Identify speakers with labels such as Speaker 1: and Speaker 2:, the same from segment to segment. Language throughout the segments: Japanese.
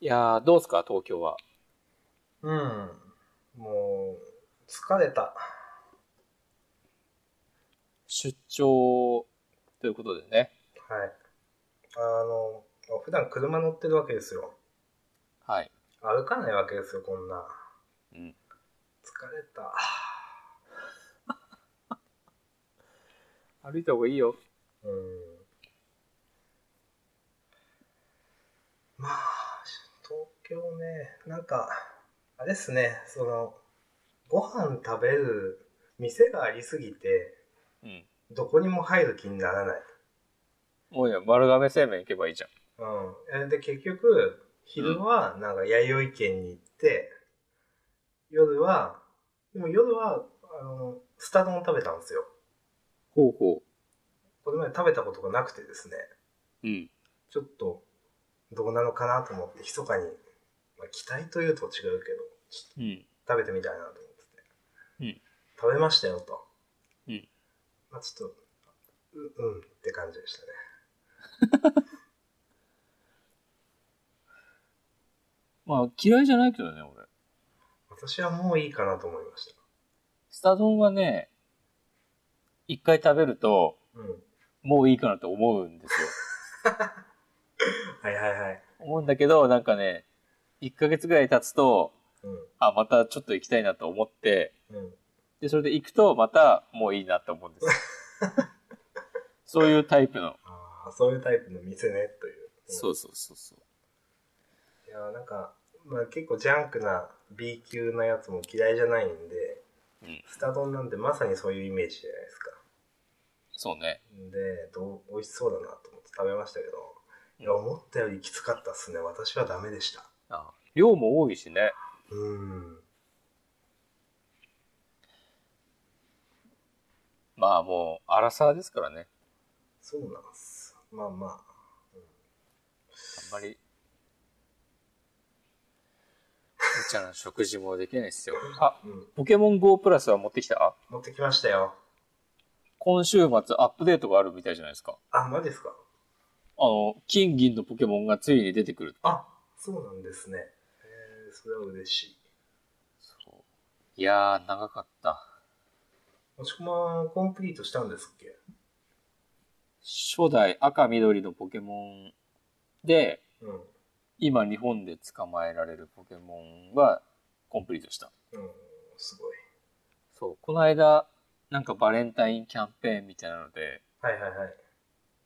Speaker 1: いやー、どうすか、東京は。
Speaker 2: うん。もう、疲れた。
Speaker 1: 出張ということでね。
Speaker 2: はい。あの、普段車乗ってるわけですよ。
Speaker 1: はい。
Speaker 2: 歩かないわけですよ、こんな。
Speaker 1: うん。
Speaker 2: 疲れた。
Speaker 1: 歩いた方がいいよ。
Speaker 2: うん。まあ、東京ね、なんか、あれですね、その、ご飯食べる店がありすぎて、
Speaker 1: うん。
Speaker 2: どこにも入る気にならない。
Speaker 1: もういいや、丸亀製麺行けばいいじゃん。
Speaker 2: うんえ。で、結局、昼は、なんか、弥生県に行って、夜は、でも夜は、あの、スタ丼を食べたんですよ。
Speaker 1: ほうほ
Speaker 2: これまで食べたことがなくてですね、
Speaker 1: う。うん。
Speaker 2: ちょっと、どうなのかなと思って、密かに、まあ、期待というと違うけど、ちょ
Speaker 1: う
Speaker 2: っ
Speaker 1: ん。
Speaker 2: と食べてみたいなと思ってて。
Speaker 1: うん
Speaker 2: 食べましたよ、と。
Speaker 1: うん。
Speaker 2: まあ、ちょっと、う、うんって感じでしたね。
Speaker 1: まあ、嫌いじゃないけどね、俺。
Speaker 2: 私はもういいかなと思いまし
Speaker 1: スタ丼はね、一回食べると、
Speaker 2: た。うん。
Speaker 1: もういいかなと思うんですよ。
Speaker 2: はいはいはい。
Speaker 1: 思うんだけど、なんかね、1ヶ月ぐらい経つと、
Speaker 2: う
Speaker 1: あ、またちょっと行きたいなと思って、
Speaker 2: ん。うん。
Speaker 1: で、それで行くと、またもういいなと思うん ですよ。そういうタイプの。
Speaker 2: ああ、そういうタイプの店ね、という。
Speaker 1: そうそうそうそう。
Speaker 2: いやー、なんか、まあ結構ジャンクな B 級なやつも嫌いじゃないんで、
Speaker 1: うん
Speaker 2: スタ丼なんてまさにそういうイメージじゃないですか。
Speaker 1: そうね。
Speaker 2: で、どう美味しそうだなと思って食べましたけど、いや、思ったよりきつかったっすね。私はダメでした。
Speaker 1: あ量も多いしね。
Speaker 2: うーん。
Speaker 1: まあもう、荒沢ですからね。
Speaker 2: そうなんです。まあまあ。
Speaker 1: あんまり。お茶の食事もできないですよ。あ、
Speaker 2: うん。
Speaker 1: ポケモン GO プラスは持ってきた
Speaker 2: 持ってきましたよ。
Speaker 1: 今週末アップデートがあるみたいじゃないですか。
Speaker 2: あ、マジですか
Speaker 1: あの、金銀のポケモンがついに出てくる。
Speaker 2: あ、そうなんですね。えー、それは嬉しい。
Speaker 1: そういやー、長かった。
Speaker 2: もしくもコンプリートしたんですっけ
Speaker 1: 初代赤緑のポケモンで、
Speaker 2: うん。うん。
Speaker 1: 今日本で捕まえられるポケモンはコンプリートした。
Speaker 2: すごい。
Speaker 1: そう。この間、なんかバレンタインキャンペーンみたいなので、
Speaker 2: はいはいはい。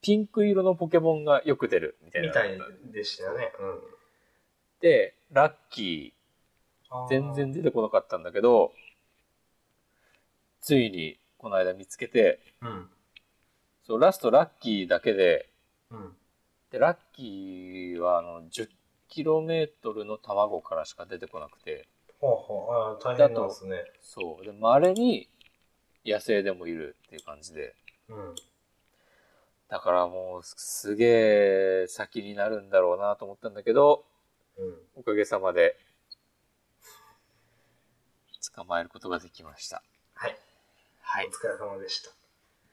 Speaker 1: ピンク色のポケモンがよく出るみたいな
Speaker 2: み
Speaker 1: のが
Speaker 2: た
Speaker 1: あっ
Speaker 2: い
Speaker 1: た。
Speaker 2: でしたよね。うん
Speaker 1: で、ラッキ
Speaker 2: あ
Speaker 1: ー、
Speaker 2: ー。
Speaker 1: 全然出てこなかったんだけど、ついにこの間見つけて、
Speaker 2: うん。
Speaker 1: そう、ラストラッキーだけで、
Speaker 2: うん。
Speaker 1: で、ラッキーはあの、10km の卵からしか出てこなくて、
Speaker 2: ほうほう。ああ、大変なんですね。
Speaker 1: そう。で、稀に野生でもいるっていう感じで。
Speaker 2: うん。
Speaker 1: だからもうすすげえ先になるんだろうなと思ったんだけど、
Speaker 2: うん。
Speaker 1: おかげさまで捕まえることができました。
Speaker 2: はい。
Speaker 1: は
Speaker 2: お。疲れ様でした。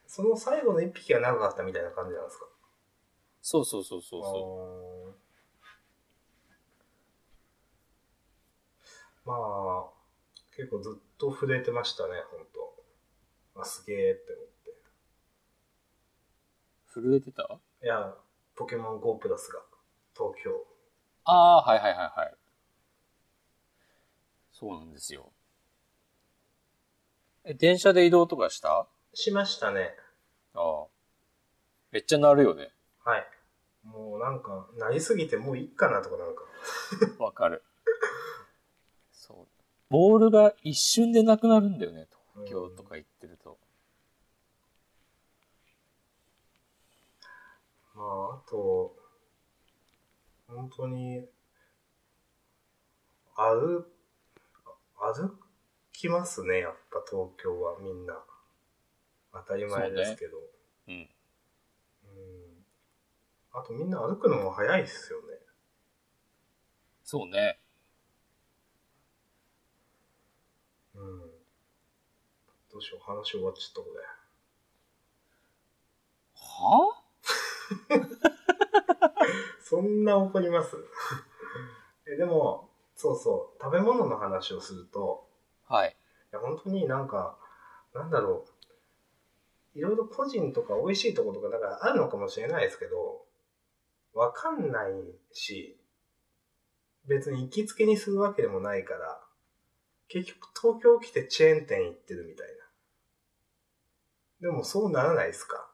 Speaker 2: その最後の一匹が長かったみたいな感じなんですか
Speaker 1: そうそうそうそうそ
Speaker 2: あーまあ、結構ずっと震えてましたね、ほんと。あ、すげえって思っ
Speaker 1: う。震えてた
Speaker 2: て。いや、ポケモン GO プラスが、東京。
Speaker 1: ああー、はいはいはいはい。そうなんですよ。え、電車で移動とかしたあ
Speaker 2: しましたね。
Speaker 1: あ。めっちゃ鳴るよね。
Speaker 2: はい。もうなんか、なりすぎてもういっかなとかなんか。
Speaker 1: わかる。そう。ボールが一瞬でなくなるんだよね、東京とか行ってると。
Speaker 2: まあ、あと、本当に、歩、歩きますね、やっぱ東京はみんな。当たり前ですけど。
Speaker 1: うん。
Speaker 2: うん。あとみんな歩くのも早いっすよね。
Speaker 1: そうね。
Speaker 2: うん。どうしよう、話終わっちゃった、これ。
Speaker 1: は
Speaker 2: そんな怒りますでも、そうそう、食べ物の話をすると、
Speaker 1: はい。
Speaker 2: いや本当になんか、なんだろう、いろいろ個人とか美味しいとことか、だからあるのかもしれないですけど、わかんないし、別に行きつけにするわけでもないから、結局東京来てチェーン店行ってるみたいな。でもそうならないですか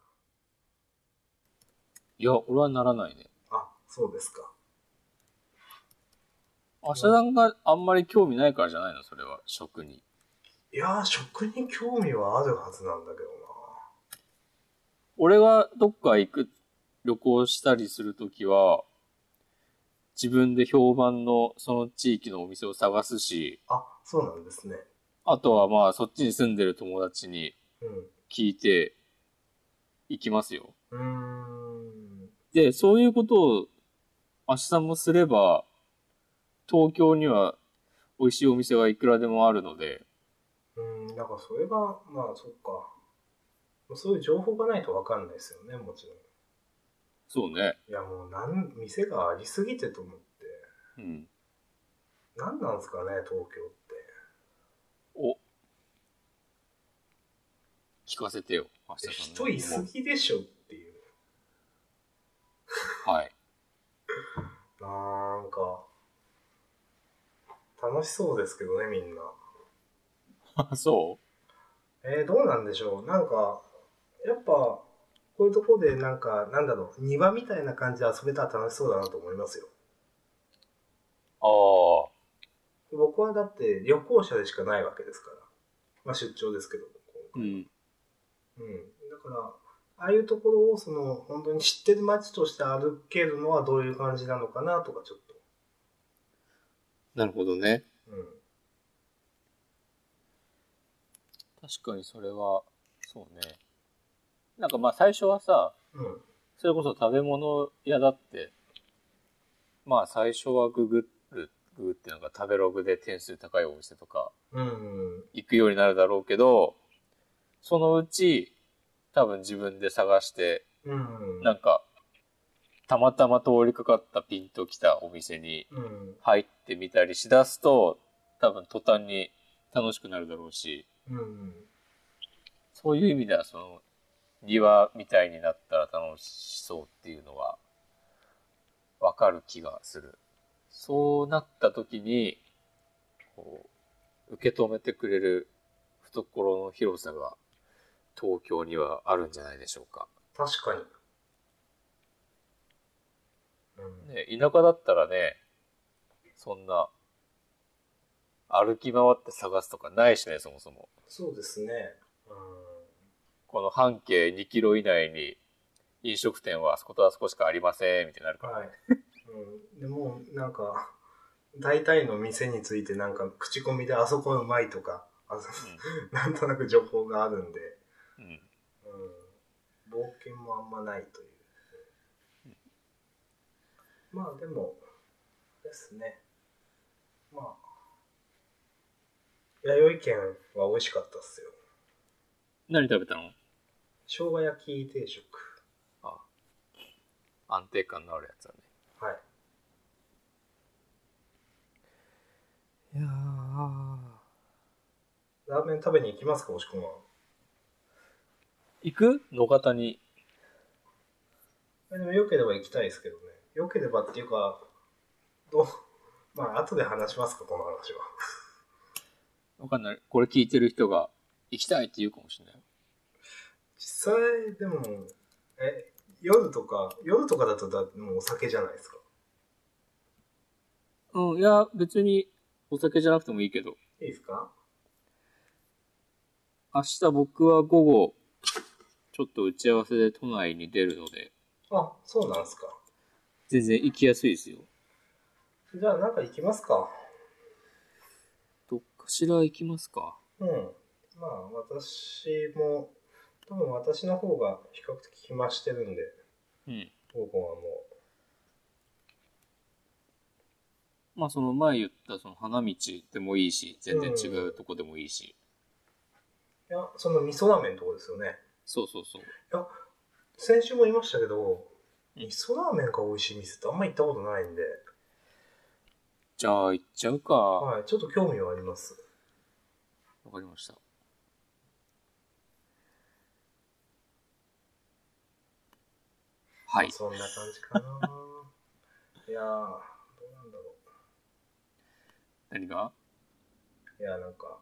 Speaker 1: いや、俺はならないね。
Speaker 2: あ、そうですか。
Speaker 1: 明日さんがあんまり興味ないからじゃないのそれは、食に。
Speaker 2: いやー、食に興味はあるはずなんだけど
Speaker 1: 俺がどっか行く、旅行したりするときは、自分で評判のその地域のお店を探すし、
Speaker 2: な。あ、そうなんですね。
Speaker 1: あとはまあそっちに住んでる友達に聞いて行きますよ。
Speaker 2: うん。うーん。
Speaker 1: で、そういうことを明日もすれば、東京には美味しいお店がいくらでもあるので、
Speaker 2: うん、なんかそれが、まあそっか。そういう情報がないとわかんないですよね、もちろん。
Speaker 1: そうね。
Speaker 2: いやもうなん、店がありすぎてと思って。
Speaker 1: うん。
Speaker 2: 何なんですかね、東京って。
Speaker 1: お。聞かせてよ、明日さんの
Speaker 2: 人いすぎでしょっていう。
Speaker 1: はい。
Speaker 2: なんか、楽しそうですけどね、みんな。
Speaker 1: あ、そ
Speaker 2: えー、どうなんでしょうなんか、やっぱ、こういうとこでなんか、なんだろう、庭みたいな感じで遊べたら楽しそうだなと思いますよ。
Speaker 1: うああ。
Speaker 2: 僕はだって旅行者でしかないわけですから。まあ出張ですけど。
Speaker 1: うん。
Speaker 2: うん。だから、ああいうところをその、本当に知ってる街として歩けるのはどういう感じなのかなとかちょっ
Speaker 1: なるほどね。
Speaker 2: と。うん。
Speaker 1: 確かにそれは、そうね。なんかまあ最初はさ、
Speaker 2: うん。
Speaker 1: それこそ食べ物屋だって、まあ最初はググる、ググってなんか食べログで点数高いお店とか
Speaker 2: うん。
Speaker 1: 行くようになるだろうけど、そのうち多分自分で探して、
Speaker 2: うん。
Speaker 1: なんか、たまたま通りかかったピンときたお店に
Speaker 2: うん。
Speaker 1: 入ってみたりしだすと、多分途端に楽しくなるだろうし、
Speaker 2: うん。
Speaker 1: そういう意味では、その、庭みたいになったら楽しそうっていうのは、わかる気がする。そうなった時に、こう、受け止めてくれる懐の広さが、東京にはあるんじゃないでしょうか。
Speaker 2: 確かに。うん。
Speaker 1: ね、田舎だったらね、そんな、歩き回って探すとかないしね、そもそも。
Speaker 2: そうですね。
Speaker 1: この半径2キロ以内に、飲食店はあそことあそこしかありません、みたいになる
Speaker 2: う
Speaker 1: か
Speaker 2: ん。
Speaker 1: ら。
Speaker 2: はい。うん。でも、なんか、大体の店についてなんか、口コミであそこうまいとか、あそ なんとなく情報があるんで、
Speaker 1: うんうん
Speaker 2: うん。冒険もあんまないという。まあでも、ですね。まあ、弥生県は美味しかったっすよ。
Speaker 1: 何食べたの
Speaker 2: 生姜焼き定食。
Speaker 1: あ安定感のあるやつだね
Speaker 2: はい。
Speaker 1: いや
Speaker 2: ラーメン食べに行きますか、おしくんは。
Speaker 1: 行く野方に
Speaker 2: でも、良ければ行きたいですけどね。良ければっていうか、どう、まあ、後で話しますか、この話は。
Speaker 1: わかんないこれ聞いてる人が行きたいって言うかもしれないよ
Speaker 2: 実際、でも、え、夜とか、夜とかだとだ、もうお酒じゃないですか。
Speaker 1: うんいや別にお酒じゃなくてもいいけど
Speaker 2: いいですか
Speaker 1: 明日僕は午後ちょっと打ち合わせで都内に出るので
Speaker 2: あ、そうなんですか。
Speaker 1: 全然行きやすいですよ
Speaker 2: じゃあ、なんか行きますか。
Speaker 1: どっかしら行きますか
Speaker 2: うん。まあ、私も、多分私の方が比較的暇してるんで、
Speaker 1: うん
Speaker 2: 僕はもう。
Speaker 1: まあその前言ったその花道でもいいし全然違うとこでもいいし、
Speaker 2: いや、その味噌ラーメンのとこですよね。
Speaker 1: そうそうそう
Speaker 2: 先週も言いましたけど
Speaker 1: うん
Speaker 2: 味噌ラーメンが美味しい店ってあんま行ったことないんで
Speaker 1: ちじゃあ、行っちゃうか。わ
Speaker 2: はい、ちょっと興味はあります。
Speaker 1: かりました。はい。
Speaker 2: そんな感じかな。いやー、どうなんだろ
Speaker 1: 何が
Speaker 2: う。いや、なんか、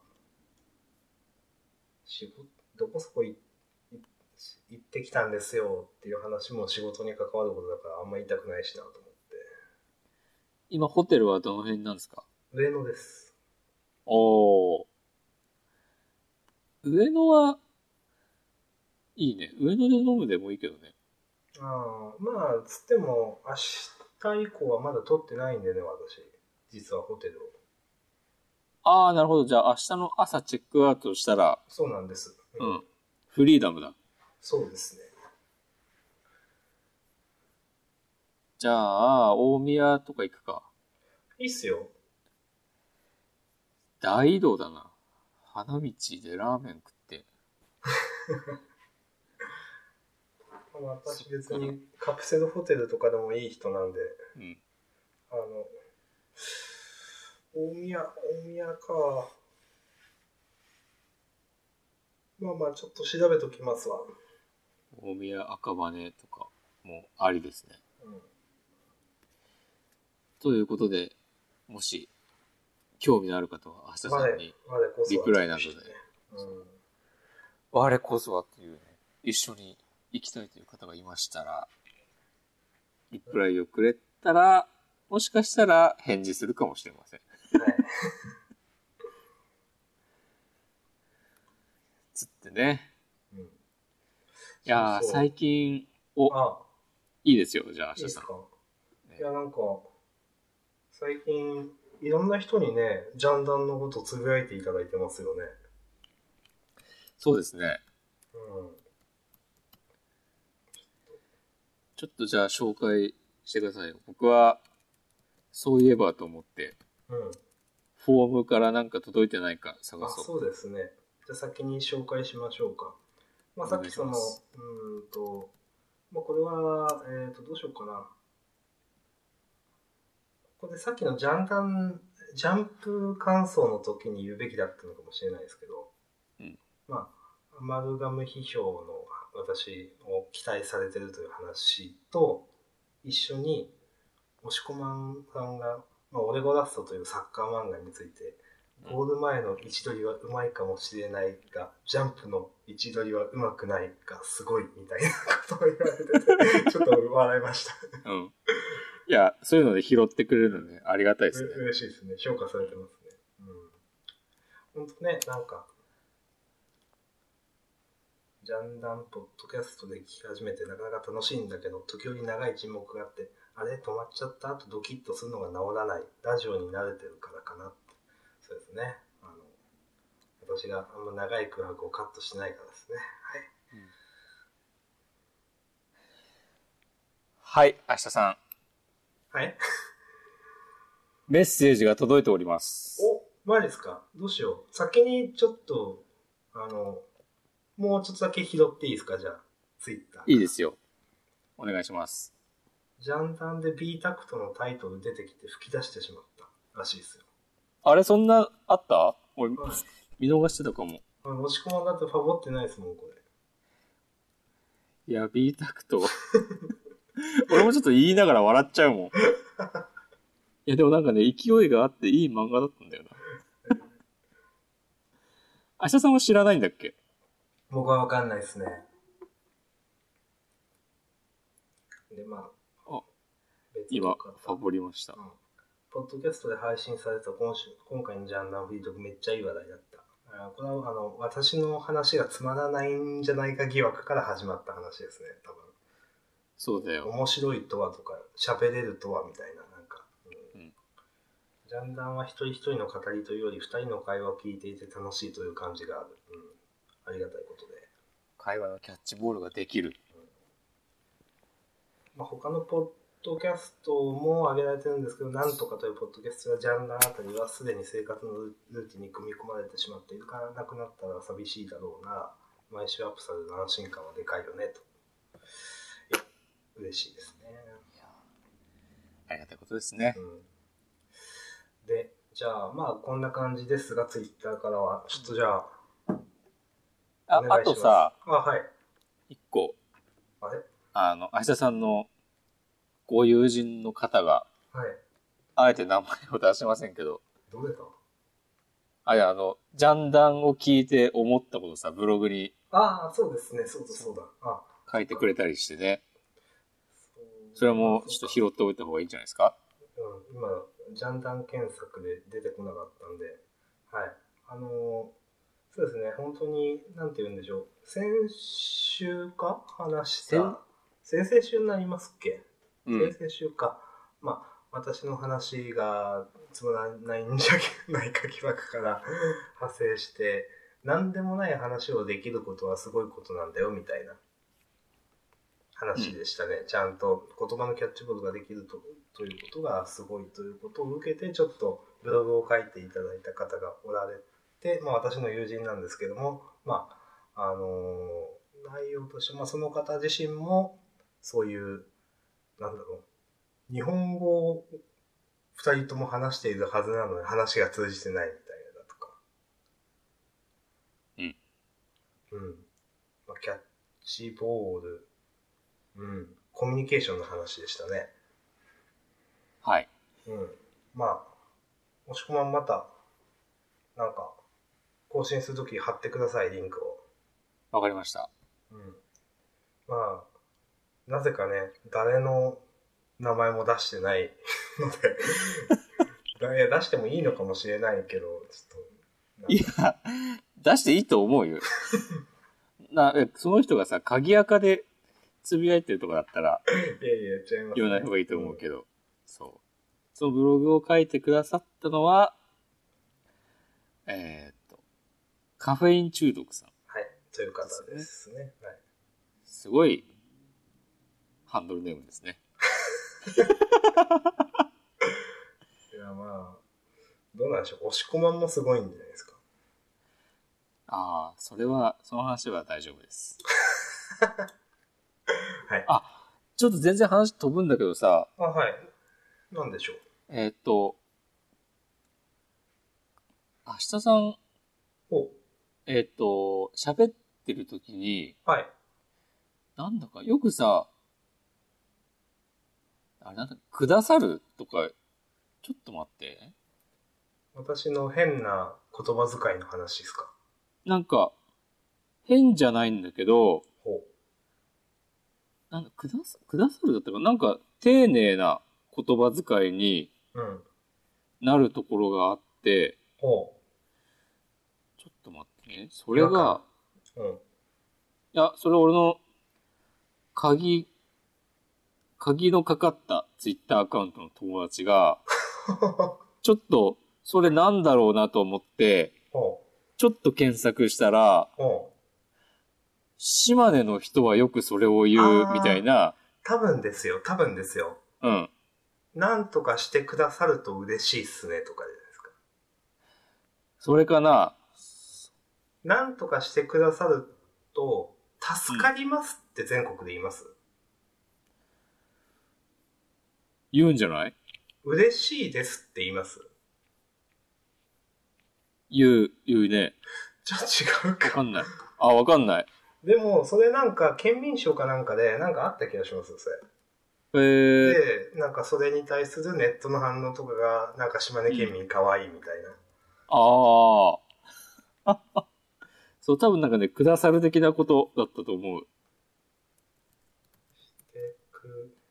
Speaker 2: 仕事、どこそこいい行ってきたんですよっていう話も仕事に関わることだからあんま言いたくないしなと思っ
Speaker 1: 今、ホテルはどの辺なんですか
Speaker 2: て。上野です。
Speaker 1: おー。上野は、いいね。上野で飲むでもいいけどね。
Speaker 2: ああ、まあ、つっても、明日以降はまだ取ってないんでね、私。実はホテルを。
Speaker 1: ああ、なるほど。じゃあ、明日の朝チェックアウトしたら、
Speaker 2: そうなんです。
Speaker 1: うん。フリーダムだ。
Speaker 2: そうですね。
Speaker 1: じゃあ、大宮とか行くか。
Speaker 2: いいっすよ。
Speaker 1: 大移動だな。花道でラーメン食って。
Speaker 2: まあ私別にカプセルホテルとかでもいい人なんで、
Speaker 1: うん。
Speaker 2: あの、大宮、大宮か。まあまあ、ちょっと調べときますわ。
Speaker 1: 大宮赤羽とかもありですね。
Speaker 2: うん
Speaker 1: ということで、もし、興味のある方は、明日さんに、
Speaker 2: 我こそは
Speaker 1: リプライなどで
Speaker 2: うん
Speaker 1: 我こそはというね、一緒に行きたいという方がいましたら、リプライをくれたら、もしかしたら返事するかもしれません。
Speaker 2: はい
Speaker 1: つってね。
Speaker 2: うん
Speaker 1: いやー、
Speaker 2: そうそう
Speaker 1: 最近、お、
Speaker 2: あ、
Speaker 1: いいですよ、じゃあ、
Speaker 2: いい
Speaker 1: 明
Speaker 2: で
Speaker 1: 日
Speaker 2: す
Speaker 1: さん。
Speaker 2: か。いや、なんか、最近、いろんな人にね、ジャンダンのことつぶやいていただいてますよね。
Speaker 1: そうですね。
Speaker 2: うん。
Speaker 1: ちょっとじゃあ紹介してくださいよ。僕は、そういえばと思って、
Speaker 2: うん。
Speaker 1: フォームからなんか届いてないか探
Speaker 2: あ、
Speaker 1: そう。
Speaker 2: そうですね。じゃあ先に紹介しましょうか。まあ、
Speaker 1: お
Speaker 2: さ
Speaker 1: 願
Speaker 2: っ
Speaker 1: い
Speaker 2: き
Speaker 1: し
Speaker 2: その、
Speaker 1: ま
Speaker 2: う
Speaker 1: す
Speaker 2: ーんと、まあ、これは、えっ、と、どうしようかな。ここでさっきのジャンダン、ジャンプ感想の時に言うべきだったのかもしれないですけど、
Speaker 1: うん
Speaker 2: まあ、アマルガム批評の私を期待されてるという話と、一緒に、押し込まんさんが、まあ、オレゴラストというサッカー漫画について、ゴール前の位置取りはうまいかもしれないが、ジャンプの位置取りはうまくないが、すごいみたいなことを言われてて、ちょっと笑いました。
Speaker 1: うん。いや、そういうので拾ってくれるのね、ありがたいですね
Speaker 2: う。嬉しいですね。評価されてますね。うん。本当ね、なんか、ジャンダンポッドキャストで聞き始めてなかなか楽しいんだけど、時折長い沈黙があって、あれ止まっちゃったとドキッとするのが治らない。ラジオに慣れてるからかな。そうですね。あの、私があんま長い空白をカットしないからですね。
Speaker 1: はい、明日さん。
Speaker 2: はい。はい。
Speaker 1: メッセージが届いております。
Speaker 2: お、マジですかどうしよう。先にちょっと、あの、もうちょっとだけ拾っていいですかじゃあ、ツイッター。
Speaker 1: いいですよ。お願いします。
Speaker 2: ジャンダンで B タクトのタイトル出てきて吹き出してしまったらしいですよ。
Speaker 1: あれ、そんな、あった俺、
Speaker 2: はい。
Speaker 1: 見逃してたかも。
Speaker 2: あの押し込まんだってファボってないですもん、これ。
Speaker 1: いや、B タクト。俺もちょっと言いながら笑っちゃうもん。いや、でもなんかね、勢いがあっていい漫画だったんだよな。明日さんは知らないんだっけ
Speaker 2: 僕はわかんないですね。で、まあ、
Speaker 1: あ
Speaker 2: 別
Speaker 1: 今、
Speaker 2: の
Speaker 1: フ
Speaker 2: 方
Speaker 1: ァボりました。
Speaker 2: うんポッドキャストで配信された今週今回のジャンダンフリートークめっちゃいい話題だった。あーこれはあの私の話がつまらないんじゃないか疑惑から始まった話ですね、多
Speaker 1: そうだよ。
Speaker 2: 分。面白いとはとか、喋れるとはみたいな、なんか。うん
Speaker 1: うん
Speaker 2: ジャンダンは一人一人の語りというより、二人の会話を聞いていて楽しいという感じがある。うん、ありがたいことで。
Speaker 1: 会話のキャッチボールができる。
Speaker 2: まあ、他のポッドキャストも上げられてるんですけど、なんとかというポッドキャストやジャンルあたりはすでに生活のルーティンに組み込まれてしまっているからなくなったら寂しいだろうな、毎週アップされる安心感はでかいよねと。いや、嬉しいですね。
Speaker 1: ありがたいことですね
Speaker 2: う。ん、じゃあ、まあ、こんな感じですが、ツイッターからは、ちょっとじゃあ、
Speaker 1: あ
Speaker 2: お
Speaker 1: あ
Speaker 2: 願いしま
Speaker 1: と
Speaker 2: す
Speaker 1: さ、
Speaker 2: あ、はい。
Speaker 1: 一個、
Speaker 2: あれ
Speaker 1: あの、芦田さんのご友人の方が、
Speaker 2: はい。
Speaker 1: あえて名前を出しませんけど、
Speaker 2: どれだ
Speaker 1: あれあの、ジャンダンを聞いて思ったことさ、ブログに
Speaker 2: ああ、そうですね、そうだ、そうだ。あ、
Speaker 1: 書いてくれたりしてね、
Speaker 2: そう
Speaker 1: それもちょっと拾っておいた方がいいんじゃないですか
Speaker 2: うん、今、ジャンダン検索で出てこなかったんで、はい。あのーそうですね、本当に、なんて言うんでしょう。先週か話した。先々週になりますっけ、
Speaker 1: う
Speaker 2: 先
Speaker 1: ん。
Speaker 2: 々週か。まあ、私の話がつまらないんじゃないか疑惑から派生して、なんでもない話をできることはすごいことなんだよ、みたいな話でしたね。ちゃんと言葉のキャッチボールができるとということがすごいということを受けて、ちょっとブログを書いていただいた方がおられて、まあ私の友人なんですけども、まあ、あのー内容として、まあその方自身も、そういう、なんだろう、日本語を二人とも話しているはずなのに話が通じてないみたいなだとか。
Speaker 1: うん。
Speaker 2: うん。まあ、キャッチボール、うん。コミュニケーションの話でしたね。
Speaker 1: はい。
Speaker 2: うん。まあ、もしくはまた、なんか、更新するとき貼ってください、リンクを。
Speaker 1: わかりました。
Speaker 2: うん。まあ、なぜかね、誰の名前も出してないので、い や、出してもいいのかもしれないけど、ちょっと、
Speaker 1: いや、出していいと思うよ。 な、えその人がさ、鍵垢でつぶやいてるとこだったら
Speaker 2: いやいや、違います、
Speaker 1: 言わない方がいいと思うけど、そう。そのブログを書いてくださったのは、えーっと、カフェイン中毒さん。
Speaker 2: はい、という方ですね。はい。
Speaker 1: すごい、ハンドルネームですね。
Speaker 2: いや、まあ、どうなんでしょう。押し込まんもすごいんじゃないですか。
Speaker 1: ああ、それは、その話は大丈夫です。
Speaker 2: はい
Speaker 1: あ、ちょっと全然話飛ぶんだけどさ、
Speaker 2: あ、はい。なんでしょう。
Speaker 1: えーっと、明日さん、
Speaker 2: お、
Speaker 1: えーっと、喋ってる時に、
Speaker 2: はい。
Speaker 1: なんだか、よくさ、あれなんだ、くださるとか、ちょっと待って。
Speaker 2: 私の変な言葉遣いの話ですか。
Speaker 1: なんか、変じゃないんだけど、
Speaker 2: ほ
Speaker 1: なんだ、くださ、くださるだったかななんか、丁寧な言葉遣いに
Speaker 2: う。うん。
Speaker 1: なるところがあって、
Speaker 2: ほ
Speaker 1: ちょっと待ってね。それ
Speaker 2: 違和
Speaker 1: が
Speaker 2: 感、う。うん。
Speaker 1: いや、それ俺の、鍵、鍵のかかったツイッターアカウントの友達が、ちょっと、それなんだろうなと思って、
Speaker 2: ほ
Speaker 1: ちょっと検索したら、
Speaker 2: う。ほう。
Speaker 1: 島根の人はよくそれを言
Speaker 2: あ
Speaker 1: う
Speaker 2: ー
Speaker 1: みたいな、
Speaker 2: 多分ですよ、多分ですよ。
Speaker 1: うん。
Speaker 2: なんとかしてくださると嬉しいっすねとかじゃないですか。
Speaker 1: それかな、
Speaker 2: なんとかしてくださると、助かりますって全国で言います。
Speaker 1: 言うんじゃない
Speaker 2: 嬉しいですって言います。
Speaker 1: 言う、言うね。
Speaker 2: じゃあ違う
Speaker 1: わか
Speaker 2: か。
Speaker 1: んない。あ、わかんない。
Speaker 2: でも、それなんか、県民賞かなんかで、なんかあった気がしますよ、それ。
Speaker 1: えー、
Speaker 2: で、なんかそれに対するネットの反応とかが、なんか島根県民可愛いみたいな。
Speaker 1: ああ。 そう、多分なんかね、くださる的なことだったと思う。
Speaker 2: で、く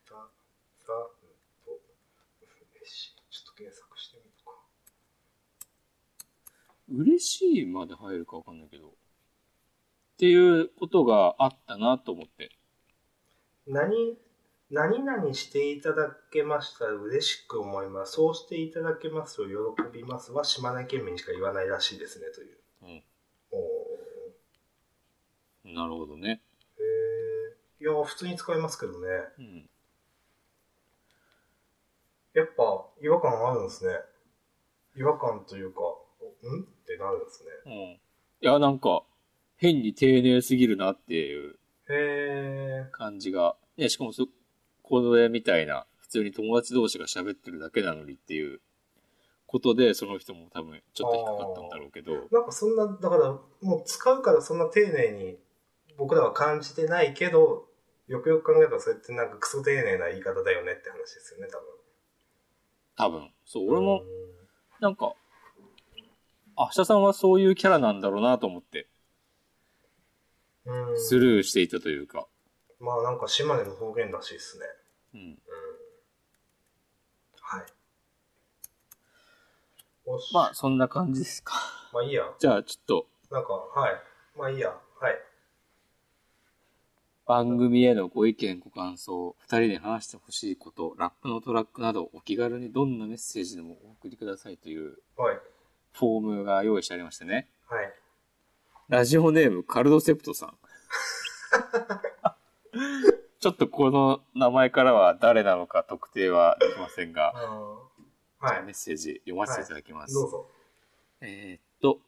Speaker 2: ださると嬉しい。ちょっと検索してみるか。
Speaker 1: 嬉しいまで入るかわかんないけど。っていうことがあったなと思って。
Speaker 2: 何、何々していただけましたら嬉しく思います。そうしていただけますと喜びますは島根県民しか言わないらしいですね、という。
Speaker 1: うん。
Speaker 2: おー
Speaker 1: なるほどね。
Speaker 2: へーいや、普通に使いますけどね。
Speaker 1: うん。
Speaker 2: やっぱ違和感あるんですね。違和感というか、おんってなるんですね。
Speaker 1: うん。いや、なんか、変に丁寧すぎるなっていう
Speaker 2: へえ。
Speaker 1: 感じが。ね、しかもそ、これみたいな、普通に友達同士が喋ってるだけなのにっていうことで、その人も多分、ちょっと引っかかったんだろうけど、
Speaker 2: なんかそんな、だから、もう使うからそんな丁寧に僕らは感じてないけど、よくよく考えたらそれってなんかクソ丁寧な言い方だよねって話ですよね、多分。
Speaker 1: 多分。そう、俺も、なんか、あ、明日さんはそういうキャラなんだろうなと思って、
Speaker 2: うん。うん。
Speaker 1: スルーしていたというか。
Speaker 2: まあなんか島根の方言らしいですね。
Speaker 1: うん。
Speaker 2: うん。はい。おし。
Speaker 1: まあ、そんな感じですか。
Speaker 2: まあいいや。
Speaker 1: じゃあ、ちょっと、
Speaker 2: なんか、はい。まあいいや。はい。
Speaker 1: 番組へのご意見、ご感想、二人で話してほしいこと、ラップのトラックなど、お気軽にどんなメッセージでもお送りくださいという
Speaker 2: はい。
Speaker 1: フォームが用意してありましてね。
Speaker 2: はい。
Speaker 1: ラジオネーム、カルドセプトさん。 ちょっとこの名前からは誰なのか特定はできませんが、
Speaker 2: あーは
Speaker 1: メッセージ読ませていただきま
Speaker 2: い。
Speaker 1: す。
Speaker 2: どうぞ。
Speaker 1: えーっと、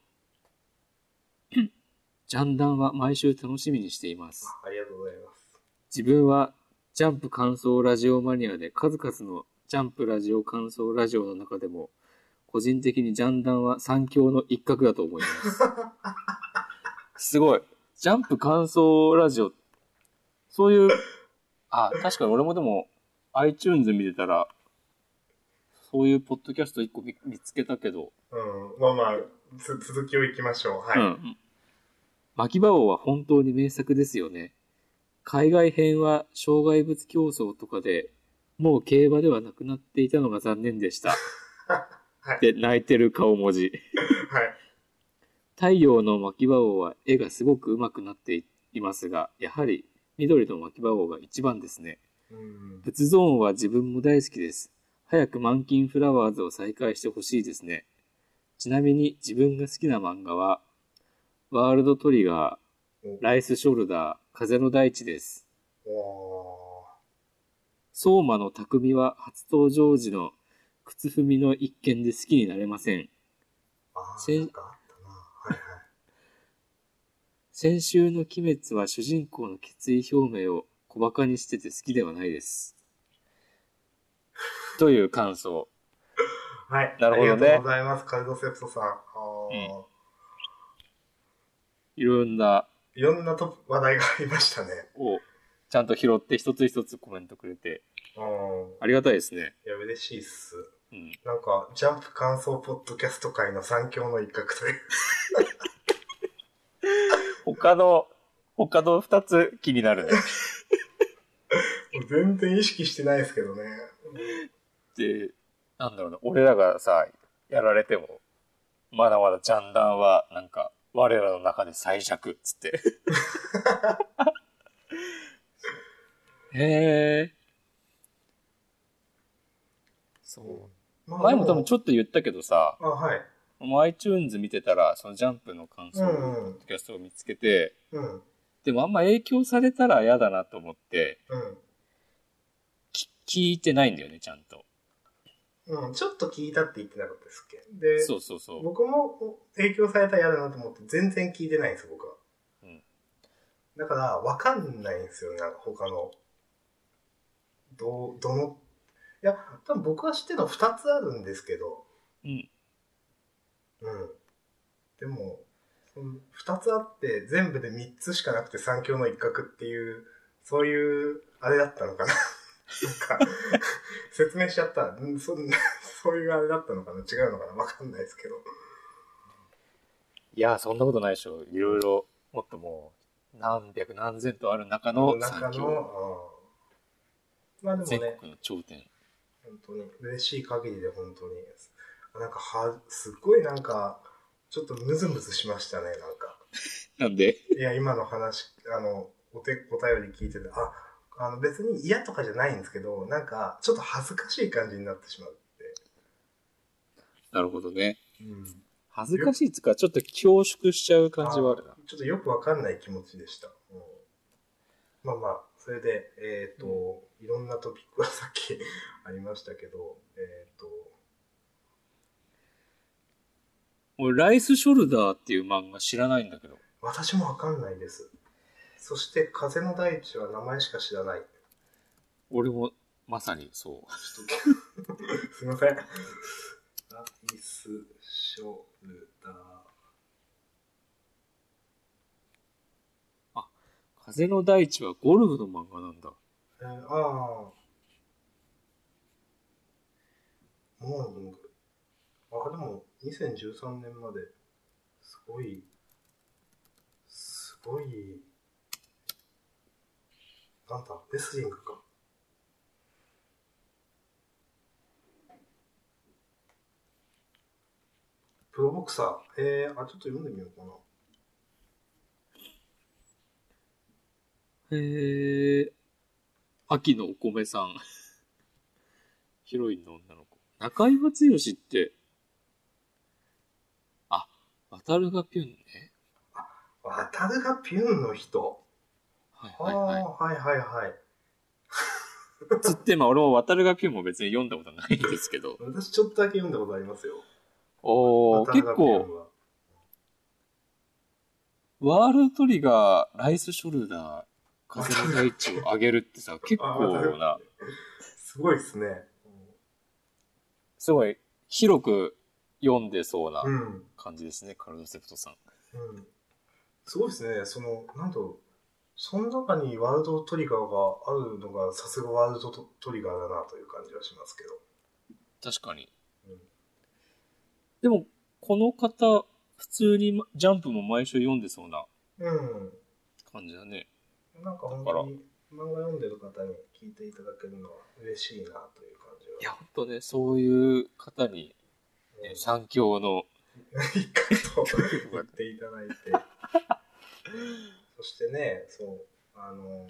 Speaker 1: ジャンダンは毎週楽しみにしています。
Speaker 2: ありがとうございます。
Speaker 1: 自分はジャンプ感想ラジオマニアで数々のジャンプラジオ感想ラジオの中でも個人的にジャンダンは三強の一角だと思い ます。すごい。ジャンプ感想ラジオ、そういう、あ、確かに俺もでも iTunes 見てたら、そういうポッドキャスト一個見見つけたけど、
Speaker 2: うん。まあまあ、つ続きをいきましょう。はい。
Speaker 1: うん。牧場王は本当に名作ですよね。海外編は障害物競争とかでもう競馬ではなくなっていたのが残念でした。
Speaker 2: はい
Speaker 1: で、泣いてる顔文字。
Speaker 2: はい。
Speaker 1: 太陽の牧場王は絵がすごく上手くなっていますが、やはり緑の牧場王が一番ですね。
Speaker 2: うん。
Speaker 1: 仏ゾーンは自分も大好きです。早く満金フラワーズを再開してほしいですね。ちなみに自分が好きな漫画は、ワールドトリガー、ライスショルダー、風の大地です。
Speaker 2: お
Speaker 1: 相馬の匠は初登場時の靴踏みの一件で好きになれません。
Speaker 2: ー。ああ、
Speaker 1: せん
Speaker 2: なんかあったな。はいはい。
Speaker 1: 先週の鬼滅は主人公の決意表明を小馬鹿にしてて好きではないです。という感想。
Speaker 2: はい。
Speaker 1: なるほどね
Speaker 2: ありがとうございます、カルドセプトさん。あー
Speaker 1: いろんない
Speaker 2: ろんなと話題がありましたね。
Speaker 1: をちゃんと拾って一つ一つコメントくれて、
Speaker 2: うん。
Speaker 1: ありがたいですね。
Speaker 2: いや、嬉しいっす。
Speaker 1: うん。
Speaker 2: なんか、ジャンプ感想ポッドキャスト界の三強の一角という。
Speaker 1: 他の、他の二つ気になるね。
Speaker 2: 全然意識してないですけどね。
Speaker 1: で、なんだろうな、俺らがさ、やられても、まだまだジャンダンは、なんか、我らの中で最弱っつ って。へえ。そ
Speaker 2: ま
Speaker 1: う。
Speaker 2: あ
Speaker 1: 前も多分ちょっと言ったけどさ、
Speaker 2: あ、はい。
Speaker 1: もう iTunes 見てたら、そのジャンプの感想
Speaker 2: う
Speaker 1: の
Speaker 2: ん
Speaker 1: ポッドキャストを見つけて、
Speaker 2: うん。
Speaker 1: でもあんま影響されたら嫌だなと思って、
Speaker 2: うん。
Speaker 1: き聞いてないんだよね、ちゃんと。
Speaker 2: うん、ちょっと聞いたって言ってなかったですっけで、
Speaker 1: そうそうそ
Speaker 2: 僕も影響されたら嫌だなと思って全然聞いてないんです、僕は。
Speaker 1: うん
Speaker 2: だから、わかんないんですよね、なんか他の。どう、どの、いや、多分僕は知ってるの2つあるんですけど、
Speaker 1: う。うん。
Speaker 2: うん。でも、2つあって全部で3つしかなくて三強の一角っていう、そういう、あれだったのかな。 なんか、説明しちゃった。うんそんなそういうあれだったのかな違うのかなわかんないですけど。
Speaker 1: いや、そんなことないでしょ。いろいろ、もっともう、何百何千とある中の
Speaker 2: 中
Speaker 1: 三
Speaker 2: の、
Speaker 1: 強。
Speaker 2: うんまあで
Speaker 1: 全
Speaker 2: もね、
Speaker 1: 国の頂点。
Speaker 2: 本当に嬉しい限りで本当に。なんかは、すっごいなんか、ちょっとムズムズしましたね、なんか。
Speaker 1: なんで、
Speaker 2: いや、今の話、あの、お手、お便り聞いてて、あ、あの別に嫌とかじゃないんですけど、なんか、ちょっと恥ずかしい感じになってしまうっ
Speaker 1: なるほどね。
Speaker 2: て。うん。
Speaker 1: 恥ずかしいっつうか、ちょっと恐縮しちゃう感じはあるな。
Speaker 2: ちょっとよくわかんない気持ちでした。うんまあまあ、それで、えっ、と、いろんなトピックはさっきありましたけど、えっ、と、
Speaker 1: 俺、ライスショルダーっていう漫画知らないんだけど。
Speaker 2: 私もわかんないです。そして、風の大地は名前しか知らない。
Speaker 1: 俺も、まさにそう。
Speaker 2: ちょっとすいません。あイスショルダー。
Speaker 1: 風の大地はゴルフの漫画なんだ。
Speaker 2: えーああ。モーニング。あ、でも、2013年まで、すごい、すごい、なんだ、レスリングか。プロボクサー。えー、あ、ちょっと読んでみようかな。
Speaker 1: へえ。秋のお米さん。 ヒロインの女の子。中岩剛って、あ、渡るがピュンね。
Speaker 2: 渡るがピュンの人。
Speaker 1: はい
Speaker 2: あ
Speaker 1: はいはい。
Speaker 2: あ、はいはいはい。。
Speaker 1: つって、まあ俺も渡るがピュンも別に読んだことないんですけど
Speaker 2: 私ちょっとだけ読んだことありますよ。
Speaker 1: おお
Speaker 2: 渡る
Speaker 1: 結
Speaker 2: がピュ
Speaker 1: 構
Speaker 2: ン、は。
Speaker 1: ワールドトリガー、ライスショルダー、風の大地を上げるってさ、結構な、
Speaker 2: すごいですね。
Speaker 1: すごい広く読んでそうな
Speaker 2: うん。うん。
Speaker 1: 感じですね、カルドセプトさん。
Speaker 2: すごいですね。その、なんと、その中にワールドトリガーがあるのが、さすがワールドトリガーだなという感じはしますけ
Speaker 1: 確かに
Speaker 2: うん。
Speaker 1: でも、この方、普通にジャンプも毎週読んでそうな
Speaker 2: ど。
Speaker 1: 感じだね。
Speaker 2: うん。なんか本当に、漫画読んでる方に聞いていただけるのは嬉しいなという感じは。
Speaker 1: いや、ほんとね、そういう方に、
Speaker 2: うん
Speaker 1: ね、 三強の、
Speaker 2: 一回と言っていただ いてそしてねそうあの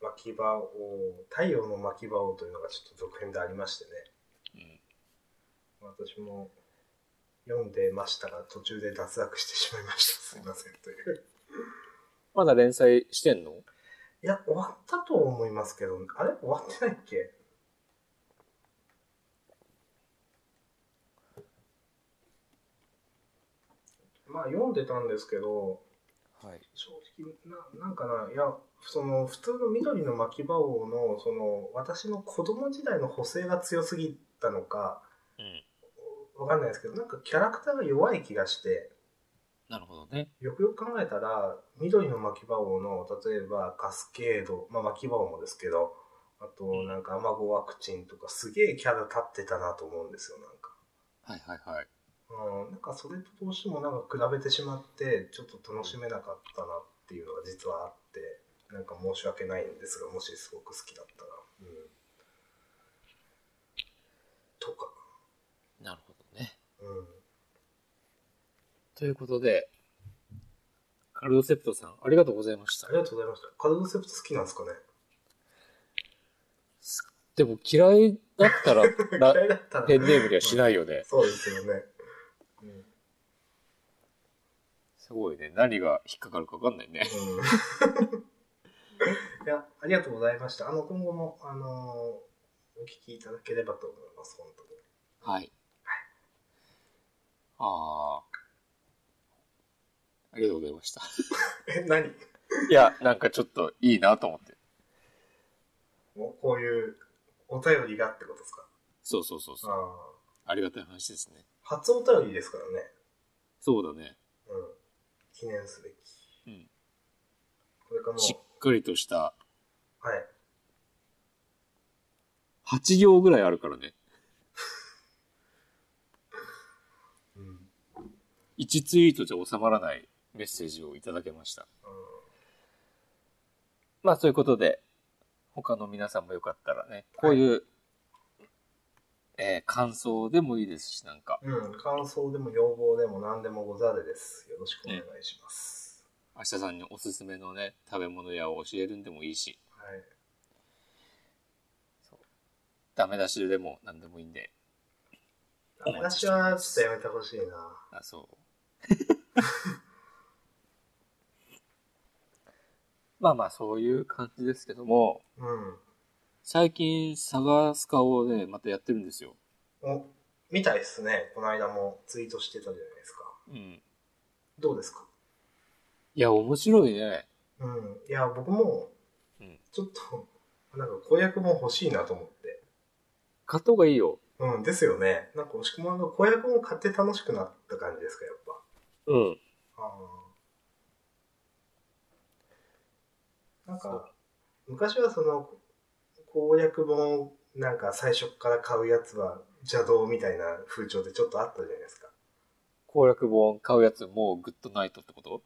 Speaker 2: 巻き場王太陽の巻き場王というのがちょっと続編でありましてね
Speaker 1: うん
Speaker 2: 私も読んでましたが途中で脱落してしまいましたすいませんという
Speaker 1: まだ連載してんの
Speaker 2: いや終わったと思いますけどあれ終わってないっけまあ読んでたんですけど
Speaker 1: はい。
Speaker 2: 正直ななんかないやその普通の緑の巻き場王のその私の子供時代の補正が強すぎたのか
Speaker 1: うん。
Speaker 2: わかんないですけどなんかキャラクターが弱い気がして
Speaker 1: なるほどね。
Speaker 2: よくよく考えたら緑の巻き場王の例えばカスケード、まあ、巻き場王もですけどあとなんかアマゴワクチンとかすげえキャラ立ってたなと思うんですよなんか。
Speaker 1: はいはいはい。
Speaker 2: うん、なんかそれとどうしてもなんか比べてしまってちょっと楽しめなかったなっていうのが実はあってなんか申し訳ないんですがもしすごく好きだったら、うん、とか、
Speaker 1: なるほどね。
Speaker 2: うん、
Speaker 1: ということで、カルドセプトさん、ありがとうございました
Speaker 2: あ。りがとうございましたカルドセプト好きなんですかね
Speaker 1: でも嫌いだったら、 ラ
Speaker 2: 嫌いだったら
Speaker 1: ペンネームにはしないよね。
Speaker 2: そうですよね、うんうん、
Speaker 1: すごいね。何が引っかかるかわかんないね。
Speaker 2: いやありがとうございましたあの今後も、あのーお聞きいただければと思います本当に
Speaker 1: はい。ああ。ありがとうございました。
Speaker 2: え何
Speaker 1: いや、なんかちょっといいなと思って。
Speaker 2: もうこういうお便りがってことですか
Speaker 1: そうそうそうそう。
Speaker 2: あ
Speaker 1: ありがたい話ですね。
Speaker 2: あ初お便りですからね、
Speaker 1: そうだね。
Speaker 2: うん、記念すべき
Speaker 1: うん。
Speaker 2: これからも
Speaker 1: しっかりとした、
Speaker 2: うはい
Speaker 1: 8行ぐらいあるからね。
Speaker 2: うん、うん、
Speaker 1: 1ツイートじゃ収まらないメッセージをいただけました。まあ、そういうことで、他の皆さんもよかったらね、こういう、えー感想でもいいですし、なんか、
Speaker 2: うん感想でも要望でも何でもござれですよろしくお願いします、
Speaker 1: 明日さんにおすすめのね、食べ物屋を教えるんでもいいし、
Speaker 2: はい
Speaker 1: ダメ出しでも何でもいいんで、お待ちし
Speaker 2: 私
Speaker 1: ております
Speaker 2: はちょっとやめてほしいな
Speaker 1: あ、そう。 まあまあ、そういう感じですけども、
Speaker 2: うん
Speaker 1: 最近、サガスカをね、またやってるんですよ。
Speaker 2: おみたいですねこの間もツイートしてたじゃないですか
Speaker 1: うん。
Speaker 2: どうですか
Speaker 1: いや、面白いね。
Speaker 2: うんいや僕も
Speaker 1: うん
Speaker 2: ちょっとなんか公約も欲しいなと思って
Speaker 1: 買った方がいいよ。
Speaker 2: うん、ですよね。なんか押し込まんが子役を買って楽しくなった感じですか、やっぱ。
Speaker 1: うん。
Speaker 2: あーなん
Speaker 1: そう
Speaker 2: か、昔はその、攻略本をなんか最初から買うやつは邪道みたいな風潮でちょっとあったじゃないですか。
Speaker 1: 攻略本買うやつもうグッドナイトってこと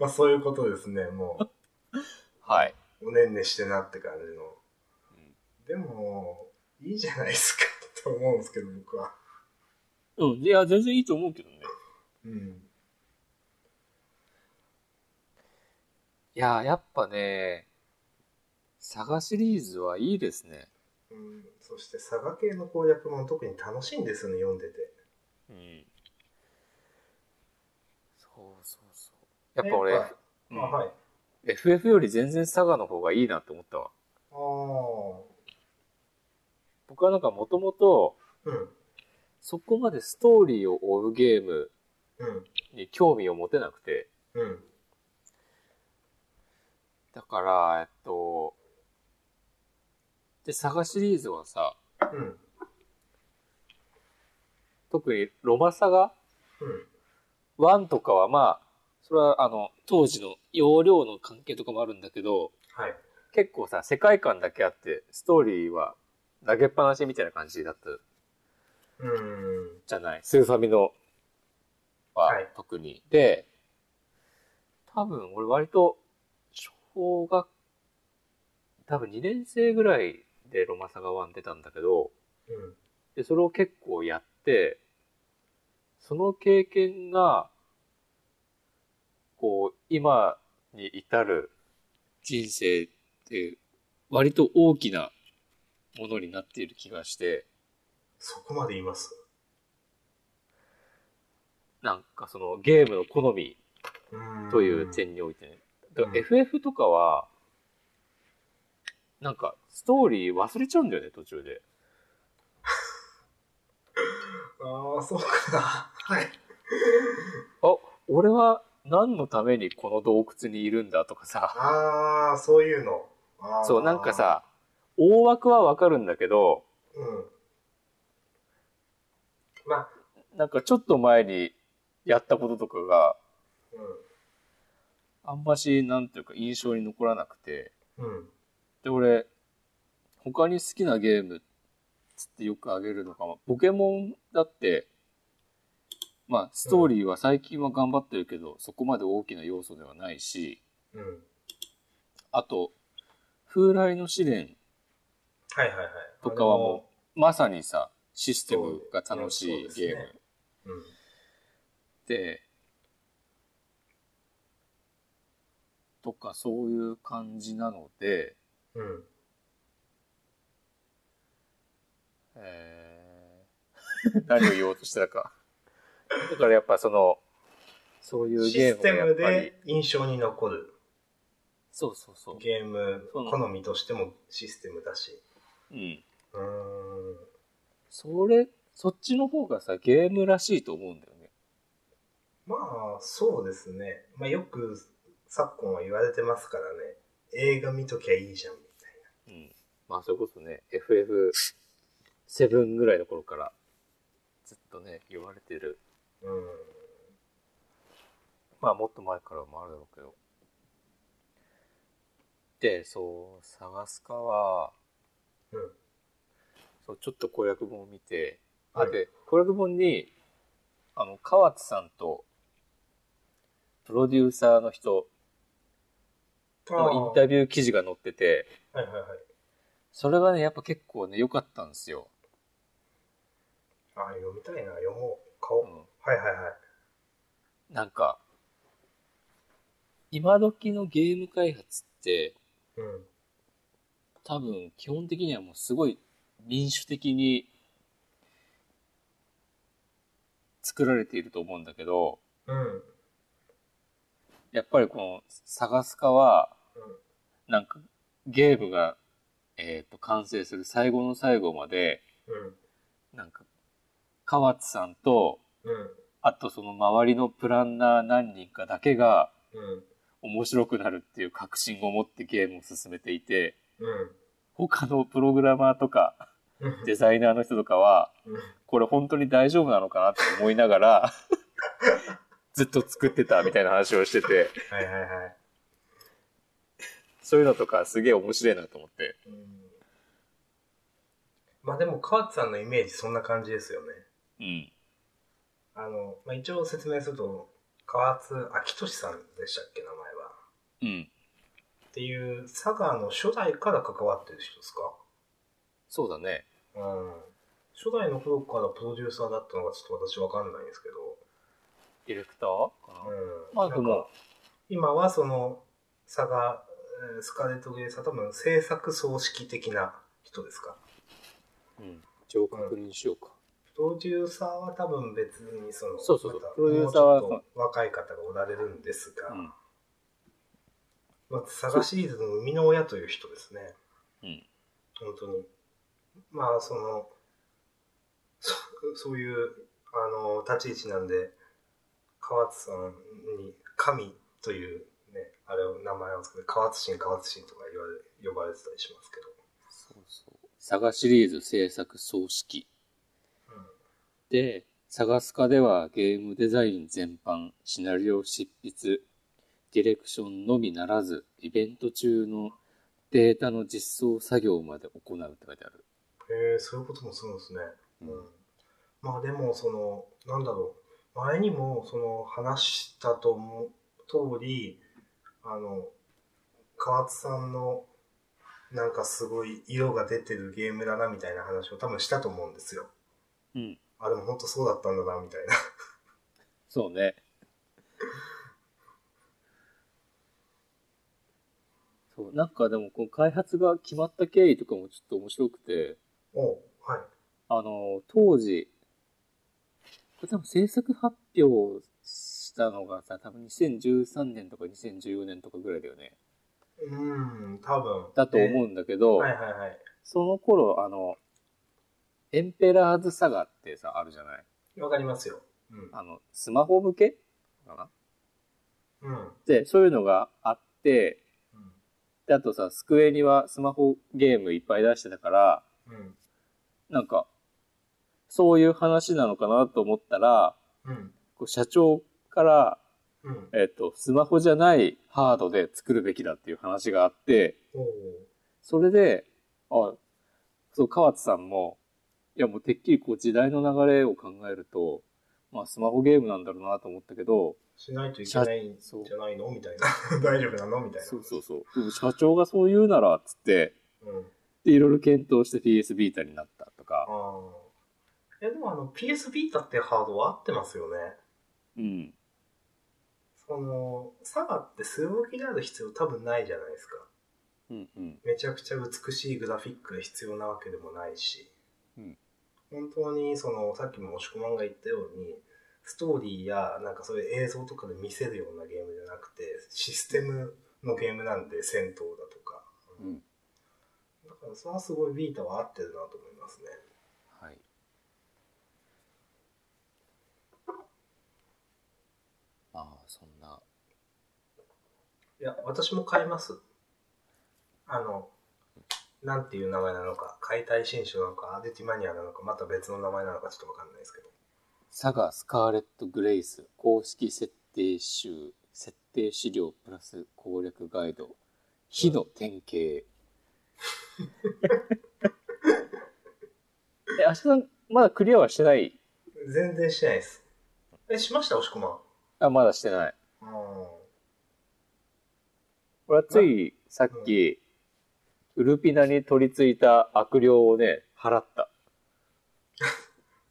Speaker 2: まあそういうことですね、も
Speaker 1: はい。
Speaker 2: う、おねんねしてなって感じの。
Speaker 1: うん
Speaker 2: でも、いいじゃないですかと思うんですけど、僕は。
Speaker 1: うん。いや、全然いいと思うけどね。
Speaker 2: うん。
Speaker 1: いや、やっぱね、サガシリーズはいいですね。
Speaker 2: うん、そして佐賀系の攻略本特に楽しいんですよね、読んでて。
Speaker 1: うん。そうそうそう。やっぱ俺、
Speaker 2: やっ
Speaker 1: うん
Speaker 2: あ、はい。
Speaker 1: FF より全然サガの方がいいなって思ったわ。
Speaker 2: ああ
Speaker 1: 僕はなんかもともと、
Speaker 2: ー、うん、
Speaker 1: そこまでストーリーを追うゲーム
Speaker 2: うん、
Speaker 1: に興味を持てなくて、
Speaker 2: うん。
Speaker 1: だから、えっと、で、サガシリーズはさ、
Speaker 2: うん。
Speaker 1: 特にロマサガ
Speaker 2: うん。
Speaker 1: 1とかはまあ、それはあの、当時の容量の関係とかもあるんだけど、
Speaker 2: はい。
Speaker 1: 結構さ、世界観だけあって、ストーリーは投げっぱなしみたいな感じだった
Speaker 2: うーん。
Speaker 1: じゃない。スーファミのは
Speaker 2: はい
Speaker 1: 特に。で、多分俺割と小学、多分2年生ぐらいでロマサガ1出たんだけど、
Speaker 2: うん。
Speaker 1: で、それを結構やって、その経験が、こう、今に至る人生って、割と大きなものになっている気がして、
Speaker 2: そこまで言います。
Speaker 1: なんかそのゲームの好み
Speaker 2: うーん
Speaker 1: という点においてね。だか
Speaker 2: うん
Speaker 1: ら FF とかは、なんかストーリー忘れちゃうんだよね、途中で。
Speaker 2: ああ、そうか。はい。
Speaker 1: あ、俺は何のためにこの洞窟にいるんだとかさ。
Speaker 2: ああ、そういうの。あー
Speaker 1: そう、なんか。さ、大枠はわかるんだけど、
Speaker 2: うん。まあ、
Speaker 1: なんかちょっと前にやったこととかが、
Speaker 2: う
Speaker 1: あんまし、なんていうか印象に残らなくて。
Speaker 2: ん。うん。
Speaker 1: で、俺、他に好きなゲーム、つってよくあげるのかも。ポケモンだって、まあ、ストーリーは最近は頑張ってるけど、そこまで大きな要素ではないし、
Speaker 2: うん。
Speaker 1: あと、風来の試練、
Speaker 2: はいはいはい。
Speaker 1: とかはもまさにさ、システムが楽しい
Speaker 2: そうい
Speaker 1: ゲ
Speaker 2: や
Speaker 1: ー
Speaker 2: そうですね
Speaker 1: ム。
Speaker 2: う。うん。
Speaker 1: ってとかそういう感じなので、
Speaker 2: うん。
Speaker 1: えー何を言おうとしたかだからやっぱそのそういう
Speaker 2: シ
Speaker 1: ゲー
Speaker 2: ステ
Speaker 1: ムがや
Speaker 2: ム
Speaker 1: っぱり
Speaker 2: で印象に残る
Speaker 1: そうそうそう、
Speaker 2: ゲーム
Speaker 1: そう
Speaker 2: 好みとしてもシステムだし
Speaker 1: うん、
Speaker 2: うーん
Speaker 1: それそっちの方がさゲームらしいと思うんだよね
Speaker 2: まあそうですね、まあ、よく昨今は言われてますからね映画見ときゃいいじゃんみたい
Speaker 1: うんまあそれこそね FF7 ぐらいの頃からずっとね言われてる
Speaker 2: なうん
Speaker 1: まあもっと前からもあるだろうけど。で、そう、探すかは、
Speaker 2: うん
Speaker 1: そう、ちょっと攻略本を見て、
Speaker 2: はい
Speaker 1: あで、攻略本に、あの、河津さんと、プロデューサーの人のインタ
Speaker 2: ビュ
Speaker 1: ビュー記事が載ってて、
Speaker 2: ーはいはいはい
Speaker 1: それがね、やっぱ結構ね、良かったんですよ。
Speaker 2: ああ読みたいな読もう
Speaker 1: う
Speaker 2: 顔、
Speaker 1: ん。
Speaker 2: はいはいはい
Speaker 1: なんか、今時のゲーム開発って、
Speaker 2: うん
Speaker 1: 多分基本的にはもうすごい民主的に作られていると思うんだけど
Speaker 2: うん
Speaker 1: やっぱりこの「探すか」は
Speaker 2: うん
Speaker 1: なんかゲームが、えー、と完成する最後の最後まで
Speaker 2: うん
Speaker 1: なんか河津さんと
Speaker 2: うん
Speaker 1: あとその周りのプランナー何人かだけが
Speaker 2: うん
Speaker 1: 面白くなるっていう確信を持ってゲームを進めていて
Speaker 2: うん
Speaker 1: 他のプログラマーとか、デザイナーの人とかは、これ本当に大丈夫なのかなって思いながら、 ずっと作ってたみたいな話をしてて、
Speaker 2: はいはいはい。
Speaker 1: そういうのとかすげえ面白いなと思って。
Speaker 2: うんまあでも、河津さんのイメージそんな感じですよね。
Speaker 1: うん。
Speaker 2: あの、まあ、一応説明すると、河津明俊さんでしたっけ、名前は。
Speaker 1: うん。
Speaker 2: っていう、佐賀の初代から関わってる人ですか。
Speaker 1: そうだね。
Speaker 2: うん。初代の頃からプロデューサーだったのがちょっと私わかんないんですけど。
Speaker 1: ディレクターかな、
Speaker 2: うん。
Speaker 1: まあで
Speaker 2: なんか
Speaker 1: も、
Speaker 2: 今はその、佐賀、えースカーレット・グレイサー多分制作葬式的な人ですか。
Speaker 1: うん。一応確認しようか。
Speaker 2: プロデューサーは多分別にその、
Speaker 1: そうそうそう
Speaker 2: また
Speaker 1: プロデューサーは
Speaker 2: もうちょっと若い方がおられるんですが、
Speaker 1: うん。
Speaker 2: まあ、佐賀シリーズの生みの親という人ですね。
Speaker 1: うん。
Speaker 2: 本当に。まあ、その、そそういう、あの、立ち位置なんで、河津さんに、神という、ね、あれを、名前をつけて、河津神、河津神とか言われ、呼ばれてたりしますけ
Speaker 1: そうそう。サガシリーズ制作総指揮。
Speaker 2: ど。うん。
Speaker 1: で、サガスカではゲームデザイン全般、シナリオ執筆、ディレクションのみならず、イベント中のデータの実装作業まで行うって書いてある。
Speaker 2: へえそういうこともするんですね。
Speaker 1: う
Speaker 2: うんん。まあでも、その、なんだろう。前にも、その、話したと思う通り、あの、河津さんの、なんかすごい色が出てるゲームだな、みたいな話を多分したと思うんですよ。
Speaker 1: うん。
Speaker 2: あ、でも本当そうだったんだな、みたいな。
Speaker 1: そうね。そう、なんかでも、この開発が決まった経緯とかもちょっと面白くて、
Speaker 2: おはい。
Speaker 1: あの、当時、これ多分制作発表したのがさ、多分2013年とか2014年とかぐらいだよね。
Speaker 2: うーん、多分。
Speaker 1: だと思うんだけど、
Speaker 2: はいはいはい。
Speaker 1: その頃、あの、エンペラーズサガってさ、あるじゃない
Speaker 2: わかりますよ。うん。
Speaker 1: あの、スマホ向けかな
Speaker 2: うん。
Speaker 1: で、そういうのがあって、で、あとさ、スクエニはスマホゲームいっぱい出してたから、
Speaker 2: うん。うん。
Speaker 1: なんか、そういう話なのかなと思ったら、
Speaker 2: うん。
Speaker 1: こう社長から、
Speaker 2: うん。
Speaker 1: えっと、スマホじゃないハードで作るべきだっていう話があって、
Speaker 2: おー
Speaker 1: それで、あ、そう、河津さんも、いやもうてっきりこう時代の流れを考えると、まあスマホゲームなんだろうなと思ったけど、
Speaker 2: しないといけないんじゃないのみたいな。 大丈夫なのみたいな。
Speaker 1: そうそうそう。でも社長がそう言うなら、つって、
Speaker 2: うん。
Speaker 1: で、いろいろ検討して PS ビータになったと
Speaker 2: あ
Speaker 1: か、
Speaker 2: あ。え、でもあの、PS ビータってハードは合ってますよね。
Speaker 1: うん。
Speaker 2: その、サガって据え置きである必要多分ないじゃないですか。
Speaker 1: うんうん。
Speaker 2: めちゃくちゃ美しいグラフィックが必要なわけでもないし、
Speaker 1: うん
Speaker 2: 本当にそのさっきも押し込まんが言ったようにストーリーやなんかそういう映像とかで見せるようなゲームじゃなくてシステムのゲームなんで戦闘だとか、
Speaker 1: うん。
Speaker 2: だからそれはすごいビータは合ってるなと思いますね
Speaker 1: はい。まあ、そんな。
Speaker 2: いや私も買いますあのなんていう名前なのか解体新書なのかアデティマニアなのかまた別の名前なのかちょっとわかんないですけど
Speaker 1: サガスカーレット・グレイス公式設定集設定資料プラス攻略ガイド火の典型 え足さんまだクリアはしてない
Speaker 2: 全然してないですえしました押し込まん
Speaker 1: あまだしてない
Speaker 2: うん
Speaker 1: 俺はついさっき、ウルピナに取り付いた悪霊をね払った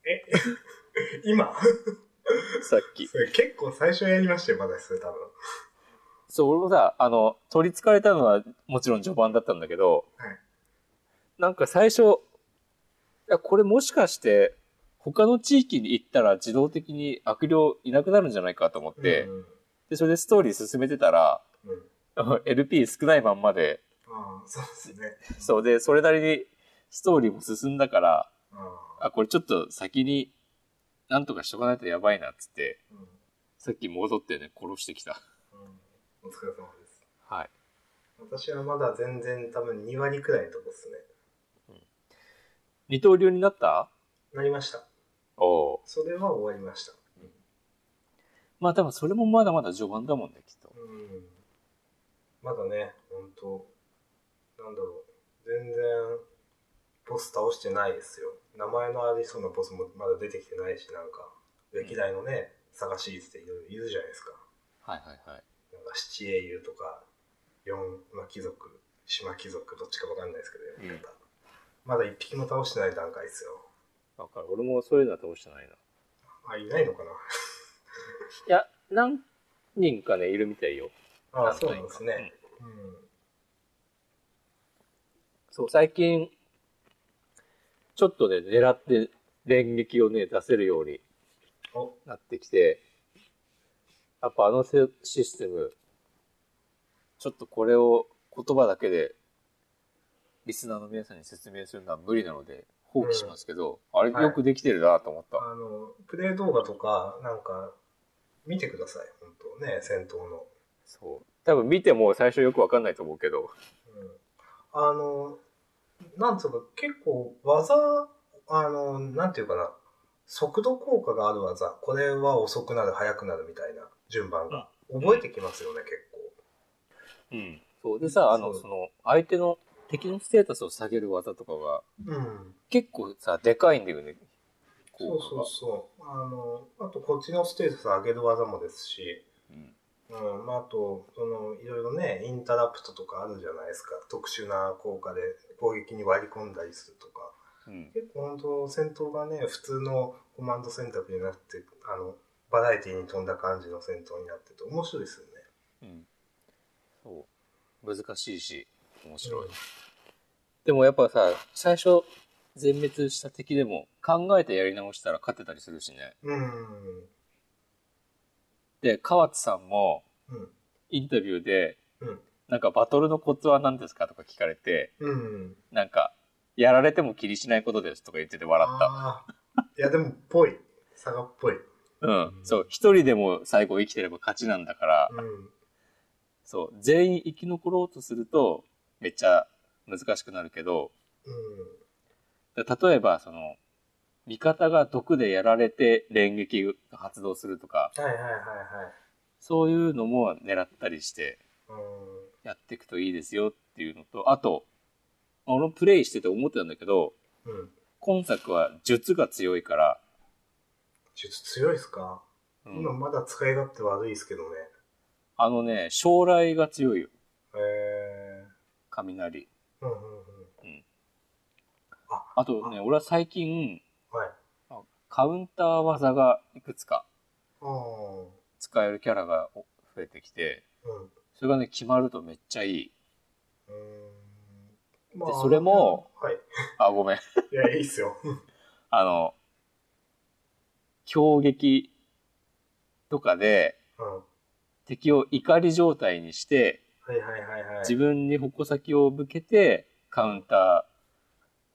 Speaker 2: え、今
Speaker 1: さっき
Speaker 2: それ結構最初やりましたよ、まだそれ多分。
Speaker 1: そう、俺もさ、あの、取り憑かれたのはもちろん序盤だったんだけど、
Speaker 2: はい
Speaker 1: なんか最初、いや、これもしかして、他の地域に行ったら自動的に悪霊いなくなるんじゃないかと思って、
Speaker 2: うん
Speaker 1: で、それでストーリー進めてたら、
Speaker 2: うん、
Speaker 1: あの LP 少ないまんまで、
Speaker 2: ああ、そうですね。
Speaker 1: そうで、それなりにストーリーも進んだから、
Speaker 2: ああ
Speaker 1: あ、これちょっと先に、なんとかしとかないとやばいなっつって、
Speaker 2: うん
Speaker 1: さっき戻ってね、殺してきた。
Speaker 2: うんお疲れ様です。
Speaker 1: はい。
Speaker 2: あ私はまだ全然多分2割くらいのとこっすね。
Speaker 1: 二刀流になった
Speaker 2: なりました。
Speaker 1: おおう。
Speaker 2: それは終わりました。
Speaker 1: まあ多分それもまだまだ序盤だもんね、きっと。
Speaker 2: うん。まだね、ほんと、なんだろう。全然、ボス倒してないですよ。名前のありそうなボスもまだ出てきてないし、なんか、歴代のね、探し率っていろいろいるじゃないですか。
Speaker 1: はいはいはい。
Speaker 2: なんか七英雄とか四馬貴族島貴族どっちかわかんないですけど、
Speaker 1: うん
Speaker 2: やり方まだ一匹も倒してない段階ですよ
Speaker 1: だから俺もそういうのは倒してないな。い
Speaker 2: あいないのかな
Speaker 1: や、何人かね、いるみたいよ。
Speaker 2: あ
Speaker 1: 何
Speaker 2: そ
Speaker 1: 人
Speaker 2: う
Speaker 1: か
Speaker 2: なんですね、うん
Speaker 1: そう、最近、ちょっとね、狙って連撃をね、出せるように
Speaker 2: お
Speaker 1: なってきて、やっぱあのせシステム、ちょっとこれを言葉だけで、リスナーの皆さんに説明するのは無理なので、放棄しますけど、あれ
Speaker 2: はい
Speaker 1: よくできてるなと思った。
Speaker 2: あのプレイ動画とかなんか見てください本当ね戦闘の、
Speaker 1: そう。多分見ても最初よくわかんないと思うけど、
Speaker 2: うん、あのなんつうか結構技あのなんていうかな速度効果がある技これは遅くなる速くなるみたいな順番が、覚えてきますよね結構
Speaker 1: うん。そう。でさ、あの、
Speaker 2: そう
Speaker 1: その、相手の敵のステータスを下げる技とかが、
Speaker 2: うん、
Speaker 1: 結構さ、でかいんだよね。
Speaker 2: そうそうそうあのあとこっちのステータス上げる技もですし、
Speaker 1: う。うん。
Speaker 2: うんまあ、あとそのいろいろねインタラプトとかあるじゃないですか特殊な効果で攻撃に割り込んだりするとか
Speaker 1: うん。
Speaker 2: 結構本当戦闘がね普通のコマンド選択じゃなくてあのバラエティに富んだ感じの戦闘になってて面白いですよね
Speaker 1: うん。そう。難しいし、面白い。
Speaker 2: うん
Speaker 1: でもやっぱさ、最初、全滅した敵でも、考えてやり直したら勝てたりするしね。
Speaker 2: うん
Speaker 1: で、河津さんも、
Speaker 2: うん
Speaker 1: インタビューで、
Speaker 2: うん
Speaker 1: なんかバトルのコツは何ですかとか聞かれて、
Speaker 2: うん
Speaker 1: なんか、やられても気にしないことですとか言ってて笑った。
Speaker 2: あーいやでもぽい佐賀っぽい、
Speaker 1: うん。そう。一人でも最後生きてれば勝ちなんだから、
Speaker 2: うん、
Speaker 1: そう、全員生き残ろうとすると、めっちゃ難しくなるけど、で例えば、その、味方が毒でやられて連撃が発動するとか、
Speaker 2: うんはいはいはい
Speaker 1: そういうのも狙ったりして
Speaker 2: はいうん
Speaker 1: やっていくといいですよっていうのと、あと、俺もプレイしてて思ってたんだけど、
Speaker 2: うん。
Speaker 1: 今作は術が強いから、
Speaker 2: 術強いっすか、
Speaker 1: うん
Speaker 2: 今まだ使い勝手悪いっすけどね。
Speaker 1: あのね、将来が強いよ、
Speaker 2: へえ
Speaker 1: 雷。
Speaker 2: ー。うんうんうん。
Speaker 1: あとね、俺は最近、
Speaker 2: はい。
Speaker 1: あカウンター技がいくつか
Speaker 2: あー
Speaker 1: 使えるキャラがお増えてきて、
Speaker 2: うん。
Speaker 1: それがね、決まるとめっちゃいい。
Speaker 2: うーん。
Speaker 1: でそれも、
Speaker 2: はい。
Speaker 1: あ、ごめん。
Speaker 2: いや、いいっすよ。
Speaker 1: あの、強撃とかで
Speaker 2: うん。は
Speaker 1: 敵を怒り状態にして、
Speaker 2: いはいはいはい。
Speaker 1: 自分に矛先を向けてカウンタ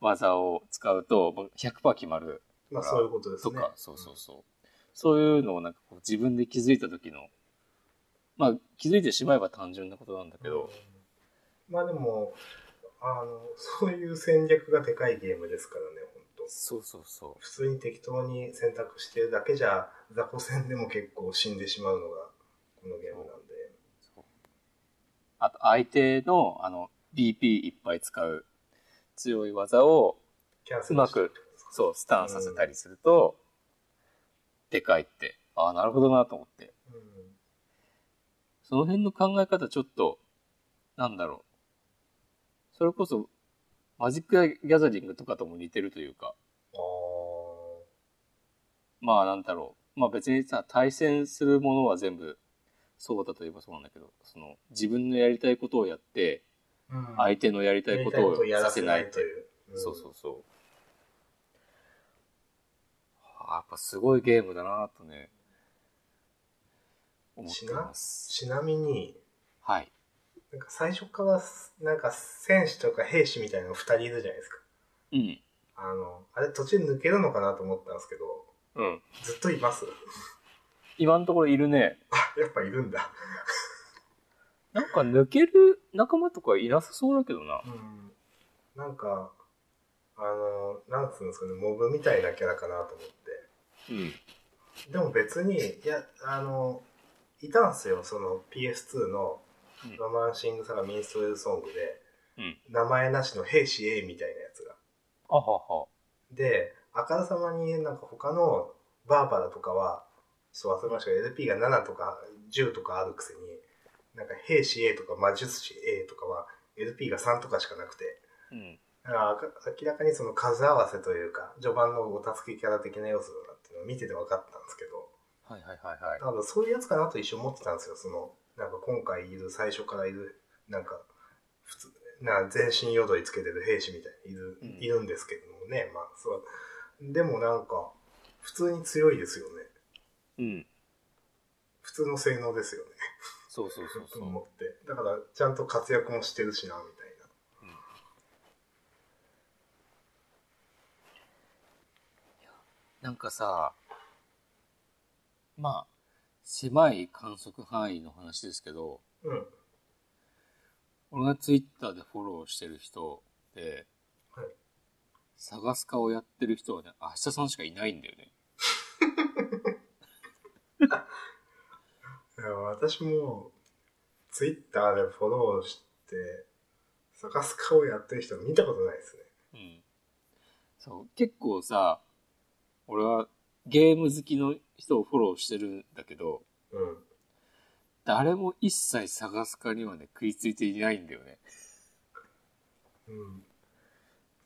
Speaker 1: ー技を使うともう100%決まる
Speaker 2: まあそういうことです
Speaker 1: と
Speaker 2: ね。
Speaker 1: か、そうそうそう。そういうのをなんかこう自分で気づいた時の、まあ気づいてしまえば単純なことなんだけど、
Speaker 2: うん。まあでも、あの、そういう戦略がでかいゲームですからね、本当
Speaker 1: そうそうそ
Speaker 2: 普通に適当に選択してるだけじゃ、雑魚戦でも結構死んでしまうのが、このゲームなんで。
Speaker 1: う。あと相手のあの BP いっぱい使う強い技を
Speaker 2: キャンセ
Speaker 1: う
Speaker 2: ル
Speaker 1: ま
Speaker 2: して
Speaker 1: く、そう、スタンさせたりすると、でかいって。ああ、なるほどなと思って。
Speaker 2: うん
Speaker 1: その辺の考え方ちょっと、なんだろう。それこそ、マジックギャザリングとかとも似てるというか、
Speaker 2: あー
Speaker 1: まあなんだろう。まあ別にさ、対戦するものは全部、そうだといえばそうなんだけど、その、自分のやりたいことをやって、
Speaker 2: うん
Speaker 1: 相手のやりたいことをさせないっていう。
Speaker 2: いう。
Speaker 1: そうそうそう。あやっぱすごいゲームだなとね、思ってます。
Speaker 2: ちなみに、
Speaker 1: はい。
Speaker 2: なんか最初からす、なんか戦士とか兵士みたいなの2人いるじゃないですか。
Speaker 1: うん。
Speaker 2: あの、あれ途中抜けるのかなと思ったんですけど、
Speaker 1: うん。
Speaker 2: ずっといます。
Speaker 1: 今のところいるね。
Speaker 2: あやっぱいるんだ。
Speaker 1: なんか抜ける仲間とかいなさそうだけどな。
Speaker 2: うんなんか、あの、なんつうんですかね、モブみたいなキャラかなと思っ
Speaker 1: うん。
Speaker 2: て。でも別に、いや、あの、いたんすよ、その PS2 の
Speaker 1: うん
Speaker 2: ロマンシングサガミンストレルソングで、
Speaker 1: うん
Speaker 2: 名前なしの兵士 A みたいなやつが。
Speaker 1: あはは。
Speaker 2: で、あからさまになんか他のバーバラとかは、ちょっと忘れましたけど、LP が7とか10とかあるくせに、なんか兵士 A とか魔術師 A とかは LP が3とかしかなくて、
Speaker 1: うん。
Speaker 2: だからあか明らかにその数合わせというか序盤のお助けキャラ的な要素だなっていうのを見てて分かったんですけど
Speaker 1: はいはいはいはい。
Speaker 2: だからそういうやつかなと一瞬思ってたんですよそのなんか今回いる最初からいるなんか普通な全身淀りつけてる兵士みたいにいる,、
Speaker 1: うん
Speaker 2: いるんですけどもねまあそうでもなんか普通に強いですよね
Speaker 1: うん。
Speaker 2: 普通の性能ですよね
Speaker 1: そうそうそう
Speaker 2: と
Speaker 1: そう。
Speaker 2: 思ってだからちゃんと活躍もしてるしなみたいな
Speaker 1: なんかさ、まあ、狭い観測範囲の話ですけど、
Speaker 2: うん
Speaker 1: 俺がツイッターでフォローしてる人で、
Speaker 2: はい
Speaker 1: 探す顔やってる人はね、明日さんしかいないんだよね。
Speaker 2: いや私もツイッターでフォローして探す顔やってる人見たことないですね
Speaker 1: うん。そう、結構さ、俺はゲーム好きの人をフォローしてるんだけど、
Speaker 2: うん
Speaker 1: 誰も一切探す顔にはね、食いついていないんだよね。
Speaker 2: うん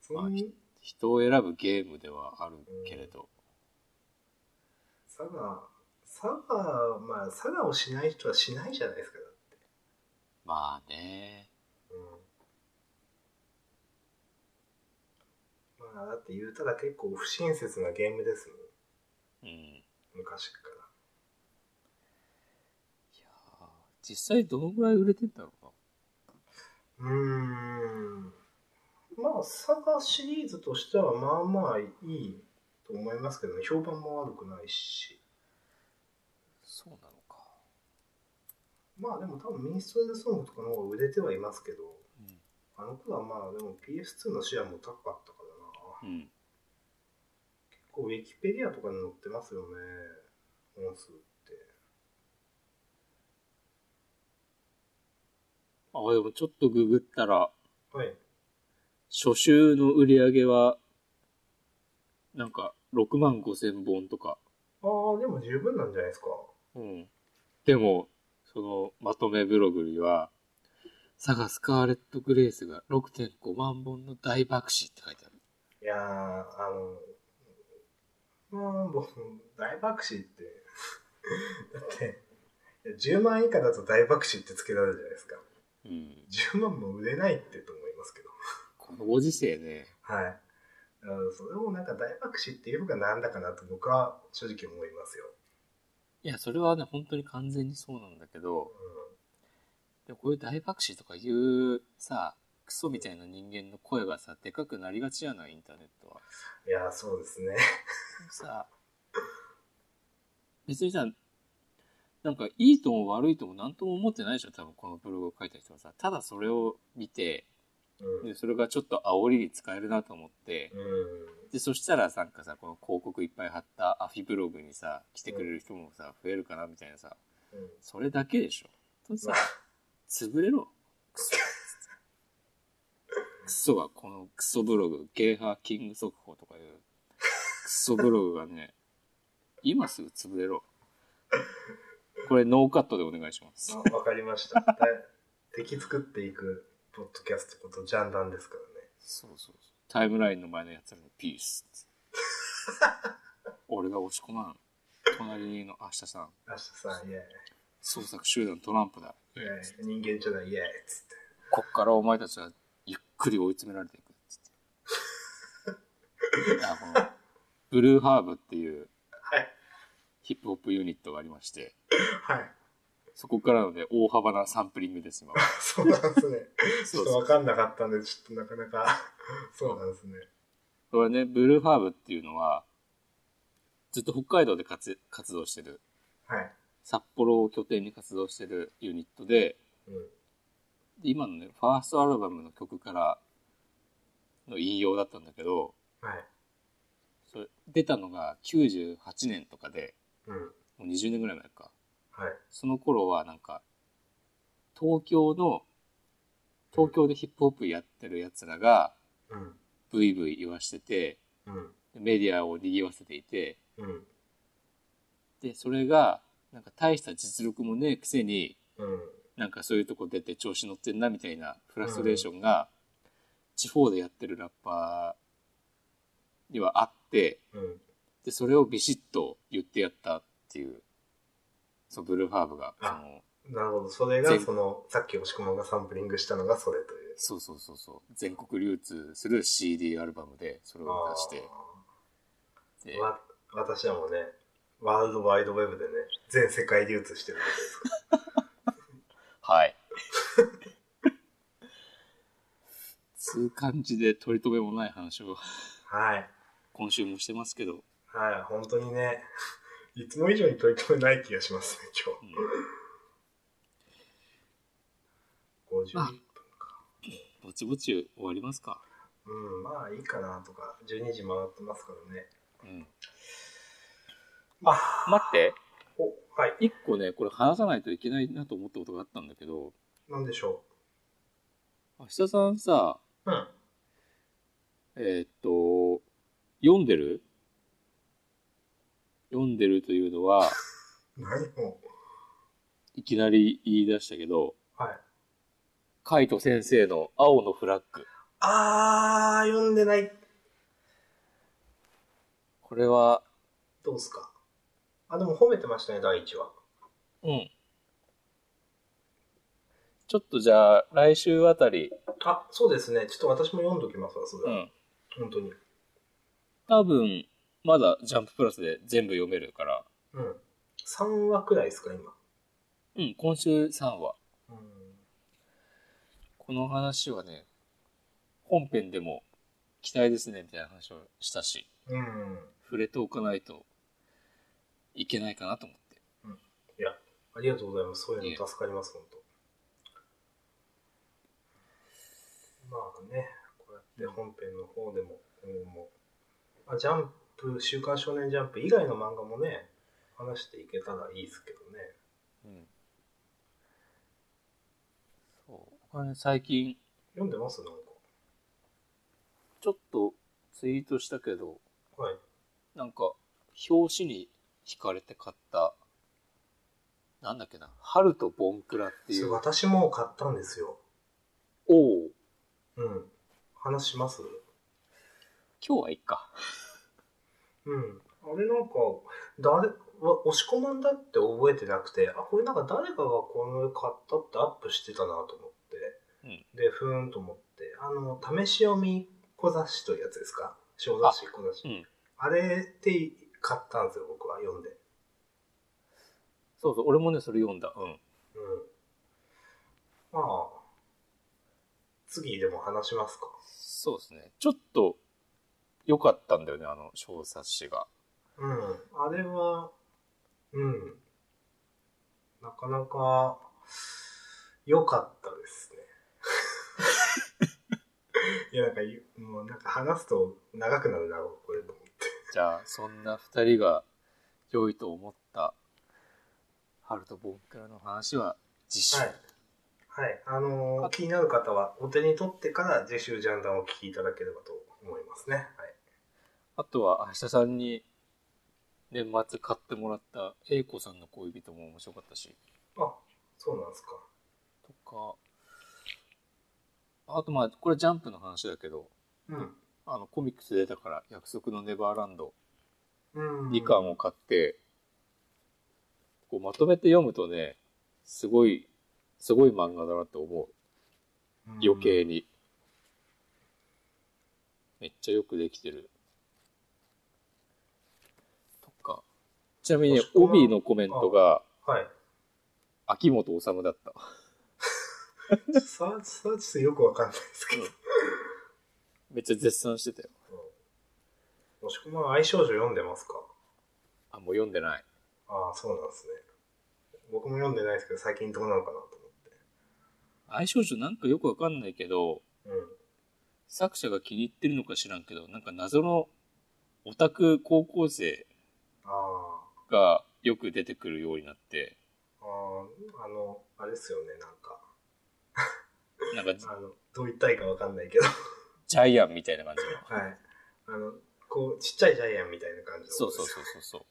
Speaker 2: そん
Speaker 1: 人を選ぶゲームではあるけれど。
Speaker 2: サガサガまあサガをしない人はしないじゃないですか、
Speaker 1: まあね。
Speaker 2: うん、まあだって言うたら結構不親切なゲームですも
Speaker 1: うん。
Speaker 2: ん昔か
Speaker 1: いやー実際どのぐらい売れてんだろうな。
Speaker 2: らうーんまあサガシリーズとしてはまあまあいいと思いますけどね評判も悪くないし
Speaker 1: そうなのか。
Speaker 2: まあでも多分ミンストレルソングとかの方が売れてはいますけど、
Speaker 1: うん
Speaker 2: あの頃はまあでも PS2 のシェアも高かったからな。
Speaker 1: うん。
Speaker 2: 結構ウィキペディアとかに載ってますよね。本数って。
Speaker 1: あ、でもちょっとググったら、
Speaker 2: はい。
Speaker 1: 初週の売り上げは、なんか6万5千本とか。
Speaker 2: ああ、でも十分なんじゃないですか。
Speaker 1: うん。でも、そのまとめブログには、サガスカーレット・グレースが6.5万本の大爆死って書いてある。
Speaker 2: いやー、あの、まあ僕、大爆死って、 だって、10万以下だと大爆死ってつけられるじゃないですか。
Speaker 1: うん。
Speaker 2: 10万も売れないってと思いますけど。
Speaker 1: このご時世ね。
Speaker 2: はい。あのそれをなんか大爆死っていうのがなんだかなと僕は正直思いますよ。
Speaker 1: いや、それはね、本当に完全にそうなんだけど、でもこういう大爆死とかいうさクソみたいな人間の声がさでかくなりがちじゃないインターネットは
Speaker 2: うん、いやー、そうですね。
Speaker 1: でもさ別にさなんかいいとも悪いとも何とも思ってないでしょ多分このブログを書いた人はさただそれを見て
Speaker 2: うん。
Speaker 1: でそれがちょっと煽りに使えるなと思って
Speaker 2: うん。
Speaker 1: でそしたらなんかさこの広告いっぱい貼ったアフィブログにさ来てくれる人もさ増えるかなみたいなさ
Speaker 2: うん
Speaker 1: それだけでしょとさ
Speaker 2: まあ
Speaker 1: 潰れろクソがこのクソブログゲーハーキング速報とかいうクソブログがね今すぐ潰れろこれノーカットでお願いします
Speaker 2: あわかりま した。だ敵作っていくポッドキャストことジャンダンですからね。
Speaker 1: そうそうそうタイムラインの前のやつらにピース俺が押し込まん隣の明日さん
Speaker 2: 明日さん、イエ
Speaker 1: 創作集団トランプだ
Speaker 2: ーイ。イエーイ。人間じゃない、イエーイ。つって。
Speaker 1: こっからお前たちはゆっくり追い詰められていくっつってあこのブルーハーブっていう
Speaker 2: はい。
Speaker 1: ヒップホップユニットがありまして
Speaker 2: はい。
Speaker 1: そこからのね大幅なサンプリングです今は
Speaker 2: そうなんですね。ち
Speaker 1: そう
Speaker 2: ょっと
Speaker 1: そう
Speaker 2: わかんなかったんで、ちょっとなかなか、 そうなんですね。
Speaker 1: これねブルーハーブっていうのはずっと北海道で活活動してる
Speaker 2: はい。
Speaker 1: 札幌を拠点に活動してるユニットで
Speaker 2: うん。
Speaker 1: で今のね、ファーストアルバムの曲からの引用だったんだけど、
Speaker 2: はい。
Speaker 1: それ出たのが98年とかで、
Speaker 2: うん。
Speaker 1: もう20年ぐらい前か。
Speaker 2: はい。
Speaker 1: その頃はなんか、東京の、東京でヒップホップやってる奴らが、
Speaker 2: うん。
Speaker 1: ブイブイ言わしてて、
Speaker 2: うん。
Speaker 1: メディアを賑わせていて、
Speaker 2: うん。
Speaker 1: で、それが、なんか大した実力もねえくせに、
Speaker 2: うん。
Speaker 1: なんかそういうとこ出て調子乗ってんなみたいなフラストレーションが、地方でやってるラッパーにはあって、
Speaker 2: うん。
Speaker 1: で、それをビシッと言ってやったっていう、そう、ブルーハーブが、その、
Speaker 2: なるほど。それ
Speaker 1: 全
Speaker 2: が、
Speaker 1: 部
Speaker 2: その、さっき押し込まんがサンプリングしたのがそれという。
Speaker 1: そうそうそうそう、全国流通する CD アルバムで、それを出して、で
Speaker 2: あーわ、私はもうね、ワールドワイドウェブでね、全世界流通してるわけですか
Speaker 1: はい。つう感じで取り留めもない話を
Speaker 2: ら。はい。
Speaker 1: 今週もしてますけど、
Speaker 2: はい。本当にね、 いつも以上に取り留めない気がしますね、
Speaker 1: うん
Speaker 2: 今日。50
Speaker 1: まあ
Speaker 2: 分か。
Speaker 1: ぼちぼち終わりますか。
Speaker 2: うん、まあいいかなとか、12時回ってますからね。
Speaker 1: うん、
Speaker 2: まあ、
Speaker 1: 待って、
Speaker 2: お、はい。
Speaker 1: 一個ね、これ話さないといけないなと思ったことがあったんだけど、
Speaker 2: なんでしょ
Speaker 1: 明日さんさ、
Speaker 2: う。うん。
Speaker 1: えーっと、読んでる読んでるというのは、
Speaker 2: 何も。
Speaker 1: いきなり言い出したけど、
Speaker 2: はい。
Speaker 1: カイト先生の青のフラッグ。
Speaker 2: あー、読んでない。
Speaker 1: これは、
Speaker 2: どうすか。あ、でも褒めてましたね、第一話。
Speaker 1: うん。ちょっとじゃあ、来週あたり、
Speaker 2: あ、そうですね。ちょっと私も読んどきますわ、それ。
Speaker 1: うん。
Speaker 2: 本当に。
Speaker 1: 多分、まだジャンププラスで全部読めるから、
Speaker 2: うん。3話くらいですか、今。
Speaker 1: うん、今週3話。
Speaker 2: うん。
Speaker 1: この話はね、本編でも期待ですね、みたいな話をしたし、
Speaker 2: うん。
Speaker 1: 触れておかないといけないかなと思って。
Speaker 2: いや、ありがとうございます。そういうの助かります、本当。まあね、こうやって本編の方でも、今後も、まあ、ジャンプ、週刊少年ジャンプ以外の漫画もね、話していけたらいいですけどね。
Speaker 1: うん。そう。僕はね、最近、
Speaker 2: 読んでますなんか。
Speaker 1: ちょっとツイートしたけど、
Speaker 2: はい。
Speaker 1: なんか、表紙に惹かれて買った、なんだっけな、春とボンクラってい
Speaker 2: そう
Speaker 1: う、
Speaker 2: 私も買ったんですよ。
Speaker 1: おお
Speaker 2: うん。話します
Speaker 1: 今日はいっか。
Speaker 2: うん。あれなんか、誰、わ押し込まんだって覚えてなくて、あ、これなんか誰かがこの買ったってアップしてたなと思っ
Speaker 1: う
Speaker 2: て、
Speaker 1: ん
Speaker 2: で、ふーんと思って、あの、試し読み小雑誌というやつですか小雑誌、小雑誌。
Speaker 1: うん
Speaker 2: あれって買ったんですよ、僕は読んで。
Speaker 1: そうそう、俺もね、それ読んだ。うん。
Speaker 2: うん。まあ、次でも話しますか。
Speaker 1: そうですね。ちょっと、良かったんだよね、あの、小冊子が。
Speaker 2: うん、あれは、うん、なかなか良かったですね。い や、なんかゆ、もうなんか話すと長くなるな、これと思って。
Speaker 1: じゃあ、そんな二人が良いと思った、春とボンクラの話は、次週。
Speaker 2: はい。はい。あのー気になる方は、お手に取ってから次週ジャンダンをお聞きいただければと思いますね。はい。
Speaker 1: あとは、明日さんに、年末買ってもらった、英子さんの恋人も面白かったし、
Speaker 2: あ、そうなんですか。
Speaker 1: とか、あとまあ、これジャンプの話だけど、
Speaker 2: うん。
Speaker 1: あの、コミックス出たから、約束のネバーランド、
Speaker 2: うん。
Speaker 1: 2巻を買って、こうまとめて読むとね、すごい、すごい漫画だなって思う。
Speaker 2: うん
Speaker 1: 余計に。めっちゃよくできてる。とか。ちなみにね
Speaker 2: あ、そこは
Speaker 1: 帯のコメントが、
Speaker 2: はい。
Speaker 1: 秋元治だった。
Speaker 2: さあ、さあ、ちょっとよくわかんないですけど。
Speaker 1: めっちゃ絶賛してたよ。
Speaker 2: もしくは愛少女読んでますか
Speaker 1: あ、もう読んでない。
Speaker 2: ああ、そうなんですね。僕も読んでないですけど、最近どうなのかなと思って。
Speaker 1: 相性上なんかよくわかんないけど、
Speaker 2: うん。
Speaker 1: 作者が気に入ってるのか知らんけど、なんか謎のオタク高校生
Speaker 2: ああ。
Speaker 1: がよく出てくるようになって、
Speaker 2: あーあの、あれですよね、なんか。
Speaker 1: なんか
Speaker 2: あの、どう言ったらいいかわかんないけど。
Speaker 1: ジャイアンみたいな感じの。
Speaker 2: はい。あの、こう、ちっちゃいジャイアンみたいな感じの
Speaker 1: そうそうそうそうそ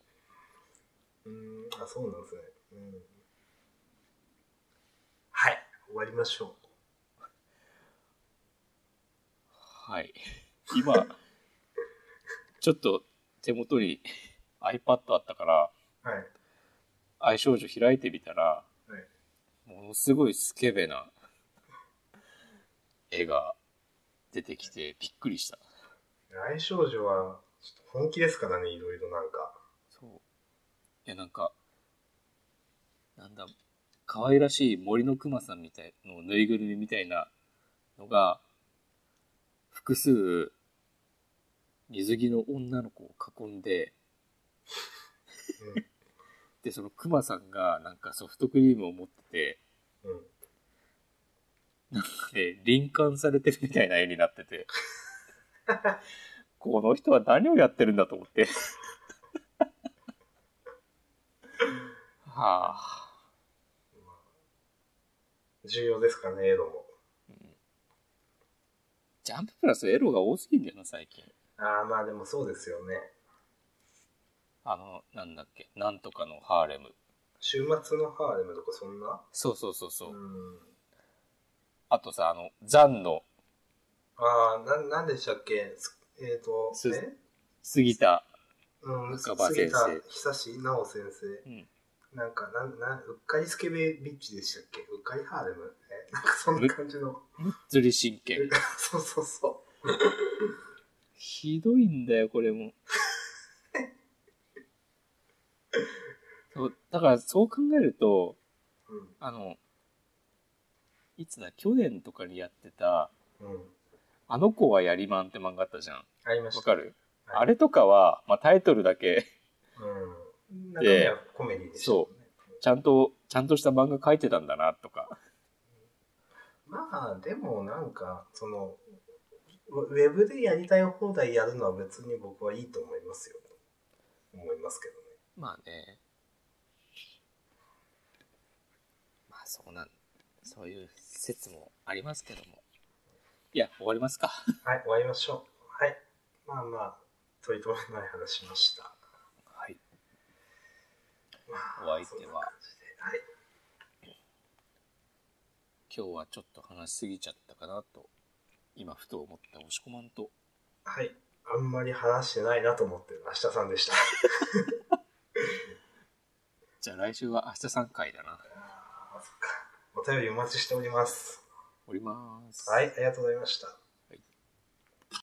Speaker 1: う。
Speaker 2: う。うーん、あ、そうなんですね。うん。はい。終わりましょう。
Speaker 1: はい。今、ちょっと手元に iPad あったから、
Speaker 2: はい。
Speaker 1: 愛少女開いてみたら、
Speaker 2: はい。
Speaker 1: ものすごいスケベな絵が出てきてびっくりした。
Speaker 2: 愛少女は、ちょっと本気ですからね、いろいろなんか。
Speaker 1: そう。いや、なんか、なんだ、可愛らしい森の熊さんみたいのぬいぐるみみたいなのが、複数、水着の女の子を囲んで、で、その熊さんがなんかソフトクリームを持ってて、
Speaker 2: うん。うん。
Speaker 1: で、輪姦されてるみたいな絵になってて、この人は何をやってるんだと思って。はあ、
Speaker 2: 重要ですからね、エロも。
Speaker 1: ジャンププラスエロが多すぎんだよな、最近。
Speaker 2: ああ、まあでもそうですよね。
Speaker 1: あの、なんだっけ、なんとかのハーレム。
Speaker 2: 週末のハーレムとかそんな
Speaker 1: そうそうそうそうう。
Speaker 2: ん。
Speaker 1: あとさ、あの、ザンの
Speaker 2: ああ、な、なんでしたっけすえっ、ー、と、
Speaker 1: す
Speaker 2: ね
Speaker 1: 杉田。
Speaker 2: うん、
Speaker 1: 赤羽先生
Speaker 2: 久しなお先生。
Speaker 1: うん
Speaker 2: なんか、なん、なん、うっかりスケベビッチでしたっけうっかりハーレムえ、 なんかそんな感じの。
Speaker 1: 釣り神経。
Speaker 2: そうそうそ
Speaker 1: ひどいんだよ、これ も。そう、だからそう考えると、
Speaker 2: う。
Speaker 1: あの、いつだ、去年とかにやってた、
Speaker 2: うん。うん。
Speaker 1: あの子はやりまんって漫画あったじゃん。
Speaker 2: ありました。
Speaker 1: わかる、
Speaker 2: はい
Speaker 1: あれとかは、まあ、タイトルだけ、
Speaker 2: うん。中身はコメディでしたもんね。
Speaker 1: ちゃんと、ちゃんとした漫画書いてたんだな、とか。
Speaker 2: まあ、でもなんか、その、ウェブでやりたい放題やるのは別に僕はいいと思いますよ。思いますけどね。
Speaker 1: まあね。まあそうなん、そういう説もありますけども。いや、終わりますか。
Speaker 2: はい、終わりましょう。はい。まあまあ、取り留めない話しました。
Speaker 1: はい。
Speaker 2: まあ
Speaker 1: お相手は
Speaker 2: そんな感じではい。
Speaker 1: 今日はちょっと話しすぎちゃったかなと、今ふと思った押し込まんと。
Speaker 2: はい。あんまり話してないなと思ってる明日さんでした。
Speaker 1: じゃあ来週は明日3回だな。
Speaker 2: あーそっかお便りお待ちしております。
Speaker 1: おります。
Speaker 2: はい、ありがとうございました。